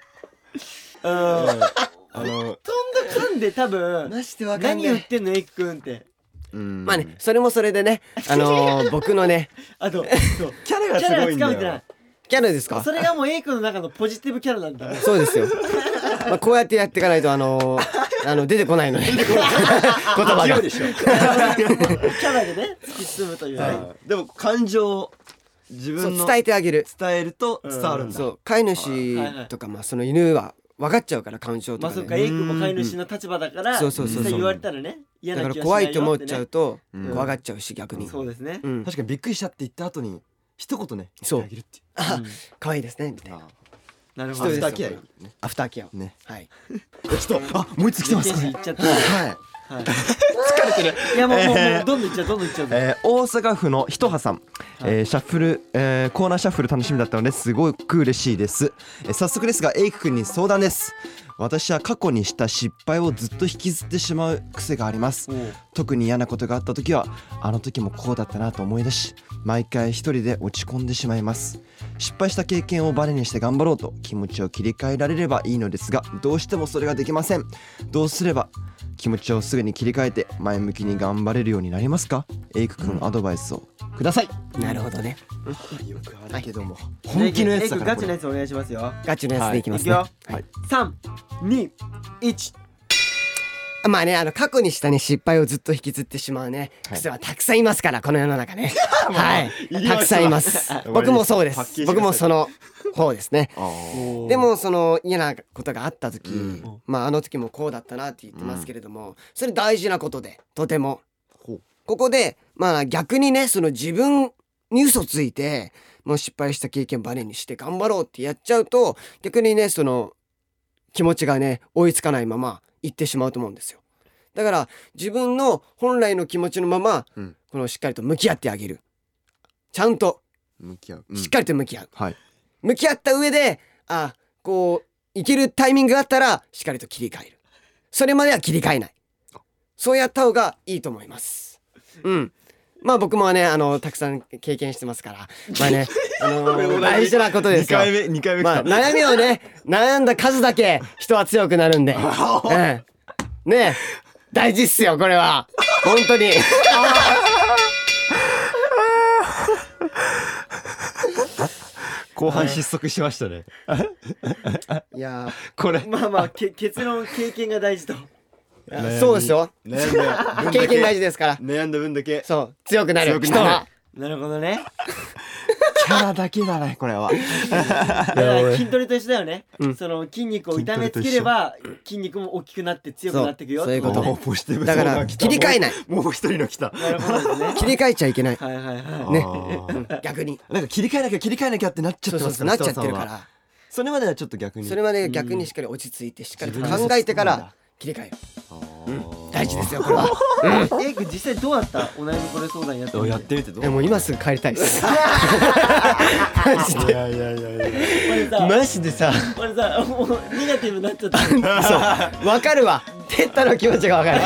[SPEAKER 1] うんほとん
[SPEAKER 4] あの
[SPEAKER 1] ど噛んで多分
[SPEAKER 2] マジでわかん
[SPEAKER 1] 何
[SPEAKER 2] ねえ
[SPEAKER 1] 言ってんのエイク君って
[SPEAKER 4] うん
[SPEAKER 2] まあねそれもそれでねあの
[SPEAKER 1] [laughs]
[SPEAKER 2] ー僕のね
[SPEAKER 1] あ
[SPEAKER 2] [laughs]
[SPEAKER 1] とそう
[SPEAKER 4] キャラが
[SPEAKER 1] キ
[SPEAKER 4] す
[SPEAKER 1] ャラ
[SPEAKER 4] ご
[SPEAKER 1] が
[SPEAKER 4] い
[SPEAKER 1] つ
[SPEAKER 4] ん
[SPEAKER 1] か
[SPEAKER 4] だ
[SPEAKER 1] めてない
[SPEAKER 4] よ
[SPEAKER 2] キャラですか
[SPEAKER 1] それがもう A 君の中のポジティブキャラなんだね。
[SPEAKER 2] そうですよ。まあこうやってやっていかないとあの
[SPEAKER 1] [laughs]
[SPEAKER 2] ー、あの出てこないので言葉が
[SPEAKER 4] 強い [laughs] でしょ
[SPEAKER 1] キャラでね、突き進むとい
[SPEAKER 4] う
[SPEAKER 1] う。
[SPEAKER 4] んでも感情を自
[SPEAKER 2] そう
[SPEAKER 4] 分の
[SPEAKER 2] 伝えてあげる。
[SPEAKER 4] 伝えると伝わるんだ
[SPEAKER 2] そう飼い
[SPEAKER 1] はいは
[SPEAKER 2] 主
[SPEAKER 1] い
[SPEAKER 2] とかまあその犬は分かっちゃうから感情と
[SPEAKER 1] まあ
[SPEAKER 2] か
[SPEAKER 1] そっ
[SPEAKER 2] ね。
[SPEAKER 1] か、A 君も飼い主の立場だから、
[SPEAKER 2] そうそうそうそう
[SPEAKER 1] 実際言われたらね、嫌
[SPEAKER 2] だ
[SPEAKER 1] な
[SPEAKER 2] か
[SPEAKER 1] 気
[SPEAKER 2] ら
[SPEAKER 1] が
[SPEAKER 2] 怖いと思っちゃう
[SPEAKER 1] う。
[SPEAKER 2] と
[SPEAKER 4] うん
[SPEAKER 2] 怖がっちゃうし逆に。
[SPEAKER 1] そうですね
[SPEAKER 2] う。ん。
[SPEAKER 4] 確かにびっくりしたって言った後に一言ね
[SPEAKER 2] そう
[SPEAKER 4] 言ってあげるってい
[SPEAKER 2] あ可愛いですねみたいな。
[SPEAKER 1] なるほど
[SPEAKER 2] 人で。す
[SPEAKER 4] アフターケア
[SPEAKER 2] よアフターケアを。
[SPEAKER 4] ね
[SPEAKER 2] はい。
[SPEAKER 4] うちょっとあもう一つ来て
[SPEAKER 2] [laughs]
[SPEAKER 4] ますこれ
[SPEAKER 1] 行っちゃった。
[SPEAKER 4] はい
[SPEAKER 1] はい。疲れてる。いやもうもうもうどんどん行っちゃう、どんどん行っちゃう。
[SPEAKER 5] えー大阪府のひとはさん、えーシャッフル、えーコーナーシャッフル楽しみだったのですごく嬉しいです、えー早速ですがエイク君に相談です私は過去にした失敗をずっと引きずってしまう癖があります特に嫌なことがあった時はあの時もこうだったなと思い出し毎回一人で落ち込んでしまいます失敗した経験をバネにして頑張ろうと気持ちを切り替えられればいいのですがどうしてもそれができませんどうすれば気持ちをすぐに切り替えて前向きに頑張れるようになりますかエイク君アドバイスをください、
[SPEAKER 2] なるほどね。
[SPEAKER 4] よくあるけども
[SPEAKER 1] 本
[SPEAKER 4] 本気のやつだ
[SPEAKER 1] A 君
[SPEAKER 4] か
[SPEAKER 1] ガ
[SPEAKER 4] ら
[SPEAKER 1] チのやつお願いしますよ。
[SPEAKER 2] ガチのやつでいきま
[SPEAKER 1] い
[SPEAKER 2] す
[SPEAKER 1] く
[SPEAKER 2] ね。
[SPEAKER 1] よ。三、二、一。
[SPEAKER 2] まあねあの過去にしたね失敗をずっと引きずってしまうね癖はたくさんいますからこの世の中ねはい
[SPEAKER 4] いり [laughs] ました
[SPEAKER 2] たくさんいます僕もそうで
[SPEAKER 4] パッケー
[SPEAKER 2] す
[SPEAKER 4] ジ
[SPEAKER 2] 僕もその方ですね
[SPEAKER 4] あー
[SPEAKER 2] でもその嫌なことがあった時、
[SPEAKER 4] うん
[SPEAKER 2] まああの時もこうだったなって言ってますけれども、それ大事なことでとても
[SPEAKER 4] ほう
[SPEAKER 2] ここでまあ逆にねその自分に嘘ついてもう失敗した経験バネにして頑張ろうってやっちゃうと逆にねその気持ちがね追いつかないままいってしまうと思うんですよだから自分の本来の気持ちのまま、
[SPEAKER 4] うん
[SPEAKER 2] このしっかりと向き合ってあげるちゃんと
[SPEAKER 4] 向き合う
[SPEAKER 2] しっかりと向き合う、
[SPEAKER 4] はい
[SPEAKER 2] 向き合った上であこういけるタイミングがあったらしっかりと切り替えるそれまでは切り替えないそうやった方がいいと思いますうんまあ僕もねあのたくさん経験してますからまあね
[SPEAKER 4] [laughs]
[SPEAKER 2] あの大事なことで
[SPEAKER 4] 二
[SPEAKER 2] すよ
[SPEAKER 4] 回目二回目来
[SPEAKER 2] ま
[SPEAKER 4] た
[SPEAKER 2] あ悩みをね悩んだ数だけ人は強くなるんで、うん、ねえ大事っすよこれは本当に
[SPEAKER 5] 後半失速しましたね。
[SPEAKER 2] いやー
[SPEAKER 5] これ。
[SPEAKER 1] まあまあけ [laughs] 結論経験が大事と
[SPEAKER 2] そうですよ
[SPEAKER 4] 悩んだ分だ
[SPEAKER 2] 経験大
[SPEAKER 4] け
[SPEAKER 2] 事ですから
[SPEAKER 4] 悩んだ分だけ
[SPEAKER 2] そう強くなる
[SPEAKER 4] 強くなる
[SPEAKER 2] 人は
[SPEAKER 1] なるほどね
[SPEAKER 4] キャラだけだねこれは
[SPEAKER 1] だか
[SPEAKER 2] [laughs]
[SPEAKER 1] ら筋トレと一緒だよね、その筋肉を痛めつければ筋肉も大きくなって強くなっていくよ
[SPEAKER 2] そうそういうこと
[SPEAKER 1] って
[SPEAKER 4] ポジティブ
[SPEAKER 2] [laughs] だか
[SPEAKER 4] ゾーン
[SPEAKER 2] ら
[SPEAKER 4] が来た
[SPEAKER 2] 切り替え [laughs] ない
[SPEAKER 4] もうもう一人の来た
[SPEAKER 1] なるほどです
[SPEAKER 4] [laughs]
[SPEAKER 1] ね
[SPEAKER 2] 切り替えちゃいけない
[SPEAKER 1] はいはいは
[SPEAKER 2] ね
[SPEAKER 4] あー
[SPEAKER 2] 逆に
[SPEAKER 4] なんか切り替えなきゃ切り替えなきゃってなっちゃ
[SPEAKER 2] そ
[SPEAKER 4] っ
[SPEAKER 2] う
[SPEAKER 4] て
[SPEAKER 2] そ
[SPEAKER 4] ま
[SPEAKER 2] う
[SPEAKER 4] す
[SPEAKER 2] そ
[SPEAKER 4] か
[SPEAKER 2] う
[SPEAKER 4] ら北
[SPEAKER 2] なっちゃってるか
[SPEAKER 4] さんは
[SPEAKER 2] ら
[SPEAKER 4] それまではちょっと逆に
[SPEAKER 2] それまで逆にしっかり落ち着いてしっかり
[SPEAKER 4] 自分で
[SPEAKER 2] 考えてから切り替えよう大事ですよこれは
[SPEAKER 1] いエイク実際どうだったお悩みこれ相談やって
[SPEAKER 4] どう
[SPEAKER 1] み
[SPEAKER 4] や
[SPEAKER 1] て
[SPEAKER 4] ってみてどう
[SPEAKER 2] えもう今すぐ帰り [laughs] たいです [laughs] マジ
[SPEAKER 4] い
[SPEAKER 2] で
[SPEAKER 4] やいやいやいや
[SPEAKER 1] 俺さ
[SPEAKER 2] マジでさ
[SPEAKER 1] 俺さもうネガティブになっちゃった
[SPEAKER 2] そうわかるわテッタの気持ちがわかる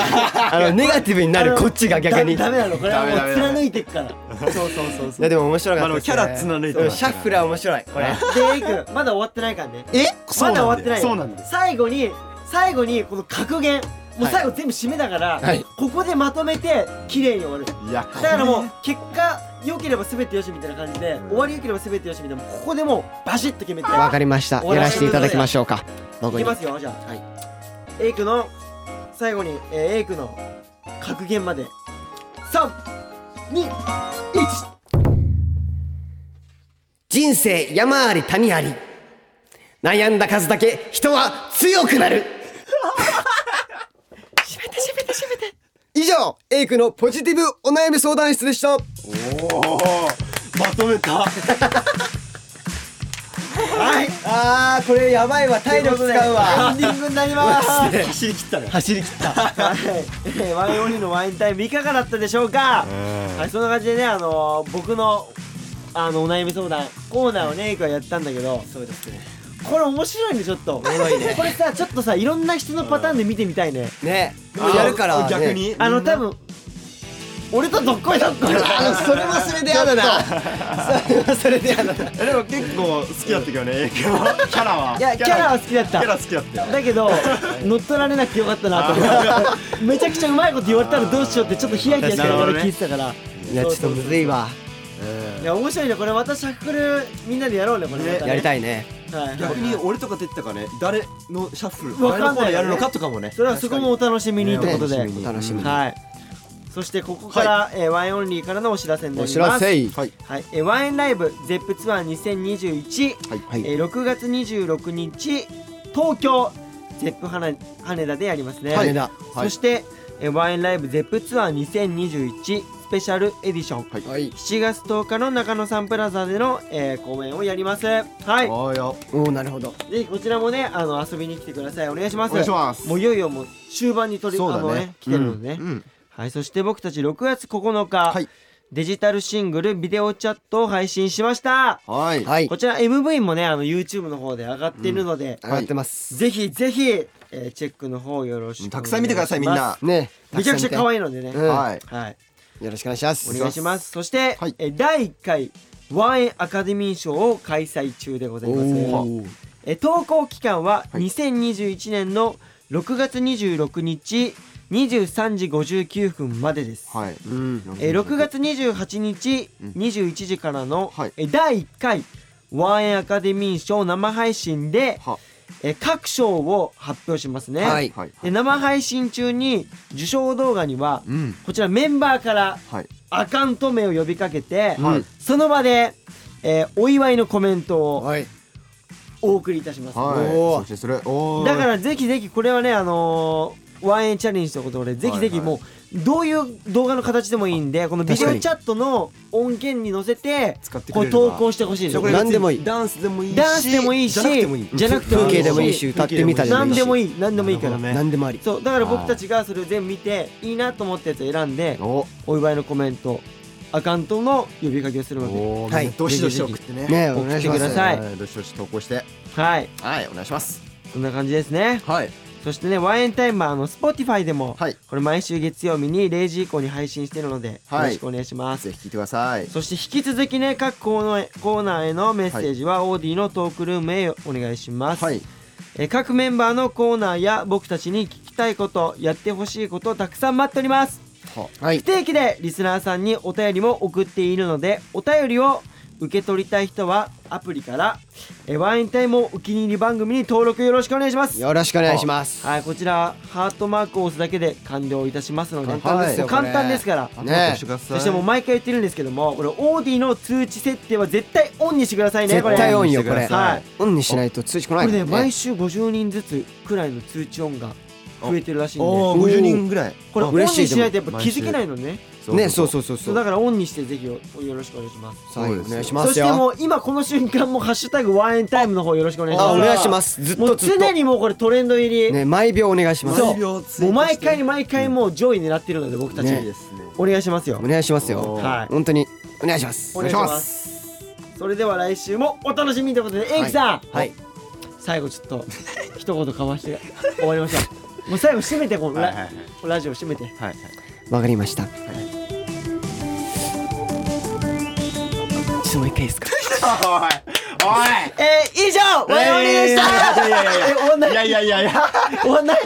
[SPEAKER 2] あ [laughs] のネガティブになるこっちが [laughs] 逆に
[SPEAKER 1] ダメダメなのこれはも
[SPEAKER 4] ダメダメ
[SPEAKER 1] う
[SPEAKER 4] ダメ
[SPEAKER 1] 貫いてくからで
[SPEAKER 4] そうそうそう
[SPEAKER 2] いやでも面白かったですね
[SPEAKER 4] あのキャラ貫いて
[SPEAKER 2] う
[SPEAKER 4] ま
[SPEAKER 2] ん
[SPEAKER 4] す
[SPEAKER 2] シ
[SPEAKER 4] か
[SPEAKER 2] ャ
[SPEAKER 4] ら
[SPEAKER 2] ッフルは面白いこれ
[SPEAKER 1] エイクまだ終わってないからね
[SPEAKER 2] え
[SPEAKER 1] まだ終わってないよ
[SPEAKER 4] そうなんだよ
[SPEAKER 1] 最後に最後にこの格言もう最後全部締めだから、
[SPEAKER 2] はい
[SPEAKER 1] ここでまとめて綺麗に終わるだ
[SPEAKER 4] いや
[SPEAKER 1] からもう結果良ければ全てよしみたいな感じで、終わり良ければ全てよしみたいなもうここでもうバシッと決めて
[SPEAKER 2] わかりましたやらせていただきましょうか
[SPEAKER 1] い
[SPEAKER 2] 僕
[SPEAKER 1] き
[SPEAKER 2] に
[SPEAKER 1] ますよじゃあ、エイクの最後に、えーエイクの格言まで321
[SPEAKER 2] 人生山あり谷あり悩んだ数だけ人は強くな [laughs] るしめてしめてしめて以上エイクのポジティブお悩み相談室でした
[SPEAKER 4] まとめ
[SPEAKER 2] [laughs]
[SPEAKER 4] た
[SPEAKER 1] はい
[SPEAKER 2] あーこれやばいわ体力使うわ
[SPEAKER 1] エンディングになり [laughs] ます
[SPEAKER 4] 走り切ったね
[SPEAKER 2] 走り切った
[SPEAKER 1] [laughs] はい、えーワイオリのワインタイムいかがだったでしょうか、はい、そんな感じでね、あのー僕のあのお悩み相談コーナーをね、いくはやったんだけどそうですねこれ面白いね、ちょっとこれさ、ちょっとさ、いろんな人のパターンで見てみたいね
[SPEAKER 2] ねやるから、ね、
[SPEAKER 4] 逆に
[SPEAKER 1] あの、多分俺とどっ [laughs] こいどっこい
[SPEAKER 2] あのそれはそれでやだなそれはそれでやだな
[SPEAKER 4] えでも結構好きだったけどね映画はキャラはい
[SPEAKER 1] や、キャラは好きだっ
[SPEAKER 4] キ
[SPEAKER 1] た
[SPEAKER 4] ャラ好きだったよ
[SPEAKER 1] だけ
[SPEAKER 2] [laughs]
[SPEAKER 1] ど、乗っ取られなくてよかったなと思ってめちゃくちゃうまいこと言われたらどうしようってちょっとヒヤヒヤしながら聞いてたから、
[SPEAKER 2] いやちょっとむずいわ
[SPEAKER 1] いや面白いねこれまたシャッフルみんなでやろうねこれまたね
[SPEAKER 2] やりたいね
[SPEAKER 1] はい
[SPEAKER 4] 逆に俺とか出てたかね誰のシャッフル
[SPEAKER 1] わかんな
[SPEAKER 4] 誰の方
[SPEAKER 1] い
[SPEAKER 4] でやるのかとかもね
[SPEAKER 1] それはそこもお楽しみにということで、
[SPEAKER 2] お楽しみに
[SPEAKER 1] はいそしてここから、えーワインオンリーからのお知らせになります
[SPEAKER 2] い
[SPEAKER 1] はい、えーワインライブゼップツアー2021、
[SPEAKER 2] はいは
[SPEAKER 1] えー6月26日東京ゼップ羽羽田でやりますね、
[SPEAKER 2] 羽田
[SPEAKER 1] そして、えーワインライブゼップツアー2021スペシャルエディション、
[SPEAKER 2] はい
[SPEAKER 1] 7月10日の中野サンプラザでの、えー公演をやりますはい
[SPEAKER 4] おーよ
[SPEAKER 2] おおなるほど
[SPEAKER 1] ぜひこちらもねあの遊びに来てくださいお願いします
[SPEAKER 4] お願いします
[SPEAKER 1] もういよいよもう終盤に取り、
[SPEAKER 4] そう
[SPEAKER 1] あ
[SPEAKER 4] だね
[SPEAKER 1] のね来てるのでね、はいそして僕たち6月9日、
[SPEAKER 4] はい
[SPEAKER 1] デジタルシングルビデオチャットを配信しました
[SPEAKER 4] はい
[SPEAKER 2] はい
[SPEAKER 1] こちら MV もねあの YouTube の方で上がっているので、
[SPEAKER 2] 上がってます
[SPEAKER 1] ぜひぜひ、えーチェックの方よろしくお願いします
[SPEAKER 4] たくさん見てくださいみんな
[SPEAKER 2] ね
[SPEAKER 1] めちゃくちゃ可
[SPEAKER 2] い
[SPEAKER 1] 愛いのでね、
[SPEAKER 2] うん
[SPEAKER 4] はい
[SPEAKER 1] はい
[SPEAKER 2] よろしくお願いします
[SPEAKER 1] お願いしますそして、
[SPEAKER 4] はい
[SPEAKER 1] えー第1回ワンエンアカデミー賞を開催中でございます
[SPEAKER 4] おー
[SPEAKER 1] えー投稿期間は2021年の6月26日23時59分までです、
[SPEAKER 4] はい
[SPEAKER 1] えー6月28日21時からの、
[SPEAKER 4] はい
[SPEAKER 1] えー第1回ワンエンアカデミー賞生配信で
[SPEAKER 4] は、
[SPEAKER 1] えー各賞を発表しますね、
[SPEAKER 2] はい
[SPEAKER 4] はい
[SPEAKER 1] で生配信中に受賞動画には、
[SPEAKER 4] うん
[SPEAKER 1] こちらメンバーから
[SPEAKER 4] はい
[SPEAKER 1] アカウント名を呼びかけて、
[SPEAKER 4] はい
[SPEAKER 1] その場で、えーお祝いのコメントを
[SPEAKER 2] はい
[SPEAKER 1] お送りいたします、
[SPEAKER 4] はい
[SPEAKER 2] おー
[SPEAKER 4] そしてそれおー
[SPEAKER 1] だからぜひぜひこれはねあのーワンエンチャレンジということでぜひぜひ
[SPEAKER 4] はいはい
[SPEAKER 1] もうどういう動画の形でもいいんでこのビデ
[SPEAKER 2] 確
[SPEAKER 1] オ
[SPEAKER 2] かに
[SPEAKER 1] チャットの音源に載せて
[SPEAKER 4] 使ってく
[SPEAKER 1] こ
[SPEAKER 4] れ
[SPEAKER 1] う
[SPEAKER 4] れば
[SPEAKER 1] 投稿してほしいです
[SPEAKER 4] そこ
[SPEAKER 1] よ
[SPEAKER 4] で
[SPEAKER 2] 何でもいい
[SPEAKER 4] ダンスでもいいし
[SPEAKER 1] ダンスでもいいし
[SPEAKER 4] じゃなくてもいい
[SPEAKER 1] じゃなくて
[SPEAKER 2] 風景でもいいし歌ってみたり
[SPEAKER 1] 何でも
[SPEAKER 2] いい
[SPEAKER 1] いい何でもいいか
[SPEAKER 4] な
[SPEAKER 1] ら
[SPEAKER 4] るほどね
[SPEAKER 2] 何でもあり
[SPEAKER 1] そうだから僕たちがそれを全部見ていいなと思ったやつを選んで
[SPEAKER 4] お
[SPEAKER 1] お祝いのコメントアカウントの呼びかけをするので
[SPEAKER 4] お
[SPEAKER 2] は
[SPEAKER 4] ー
[SPEAKER 2] い
[SPEAKER 4] どしどし送ってね
[SPEAKER 2] ねお
[SPEAKER 1] 送
[SPEAKER 2] 願
[SPEAKER 1] って
[SPEAKER 2] いしま
[SPEAKER 1] くだ
[SPEAKER 2] す
[SPEAKER 1] さい
[SPEAKER 4] はいどしどし投稿して
[SPEAKER 1] はい
[SPEAKER 4] はいお願いします
[SPEAKER 1] そんな感じですね
[SPEAKER 4] はい
[SPEAKER 1] そしてねワインタイムはあの Spotify でも、
[SPEAKER 4] はい
[SPEAKER 1] これ毎週月曜日に0時以降に配信してるので、
[SPEAKER 4] はい
[SPEAKER 1] よろしくお願いします
[SPEAKER 4] ぜひ聞いてください
[SPEAKER 1] そして引き続きね各コーナーコーナーへのメッセージは、オーディのトークルームへお願いします、
[SPEAKER 4] はい
[SPEAKER 1] えー各メンバーのコーナーや僕たちに聞きたいことやってほしいことをたくさん待っております
[SPEAKER 2] はい
[SPEAKER 1] 不定期でリスナーさんにお便りも送っているのでお便りを受け取りたい人はアプリからえワインタイムをお気に入り番組に登録よろしくお願いします
[SPEAKER 2] よろしくお願いします
[SPEAKER 1] はいこちらハートマークを押すだけで完了いたしますので
[SPEAKER 2] 簡単ですよ
[SPEAKER 1] はいもう簡単
[SPEAKER 2] これ
[SPEAKER 1] ですから
[SPEAKER 2] ね
[SPEAKER 5] してください
[SPEAKER 1] そしてもう毎回言ってるんですけどもこれオーディの通知設定は絶対オンにしてくださいね
[SPEAKER 2] 絶
[SPEAKER 1] これ
[SPEAKER 2] 対オンよこれ、
[SPEAKER 1] はい
[SPEAKER 2] オンにしないと通知こ
[SPEAKER 1] こ
[SPEAKER 2] ない
[SPEAKER 1] れ
[SPEAKER 2] もん
[SPEAKER 1] ね毎週50人ずつくらいの通知音が増えてるらしいんで
[SPEAKER 5] お
[SPEAKER 1] こ
[SPEAKER 5] お50人ぐらい
[SPEAKER 1] れ
[SPEAKER 2] あ
[SPEAKER 1] オンに
[SPEAKER 2] 嬉しい
[SPEAKER 1] しないとやっぱ気づけないのね
[SPEAKER 2] ねそうそうそう
[SPEAKER 1] そ
[SPEAKER 2] そうう
[SPEAKER 1] だからオンにしてぜひよよろしくお願いします
[SPEAKER 2] 最後お願いしま
[SPEAKER 1] そ
[SPEAKER 2] す
[SPEAKER 1] して
[SPEAKER 2] よ
[SPEAKER 1] もう今この瞬間も「ハッシュタグワンエンタイム」の方よろしくお願いしま
[SPEAKER 2] あ
[SPEAKER 1] す
[SPEAKER 2] お願いしますずっ
[SPEAKER 1] も
[SPEAKER 2] と
[SPEAKER 1] う
[SPEAKER 2] ずっと
[SPEAKER 1] 常にもうこれトレンド入り、
[SPEAKER 2] ね毎秒お願いします
[SPEAKER 1] そうもう毎回毎回もう上位狙ってるので僕たち、
[SPEAKER 2] ね
[SPEAKER 1] お願いしますよ
[SPEAKER 2] お願いしますよ
[SPEAKER 1] はい
[SPEAKER 2] 本当にお願いします
[SPEAKER 1] お願いしますそれでは来週もお楽しみということでエイクさん、
[SPEAKER 2] はい
[SPEAKER 1] 最後ちょっと一言かまして [laughs] 終わりましょうもう最後締めてこのラ,、ラジオ締めて
[SPEAKER 2] わかりました
[SPEAKER 1] えー、以上我々でした、えー、終わん
[SPEAKER 3] [laughs]
[SPEAKER 1] ない
[SPEAKER 4] いやいやいやいや
[SPEAKER 1] 終わんない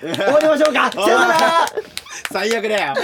[SPEAKER 1] 終わりましょうかさよなら
[SPEAKER 4] 最悪だよ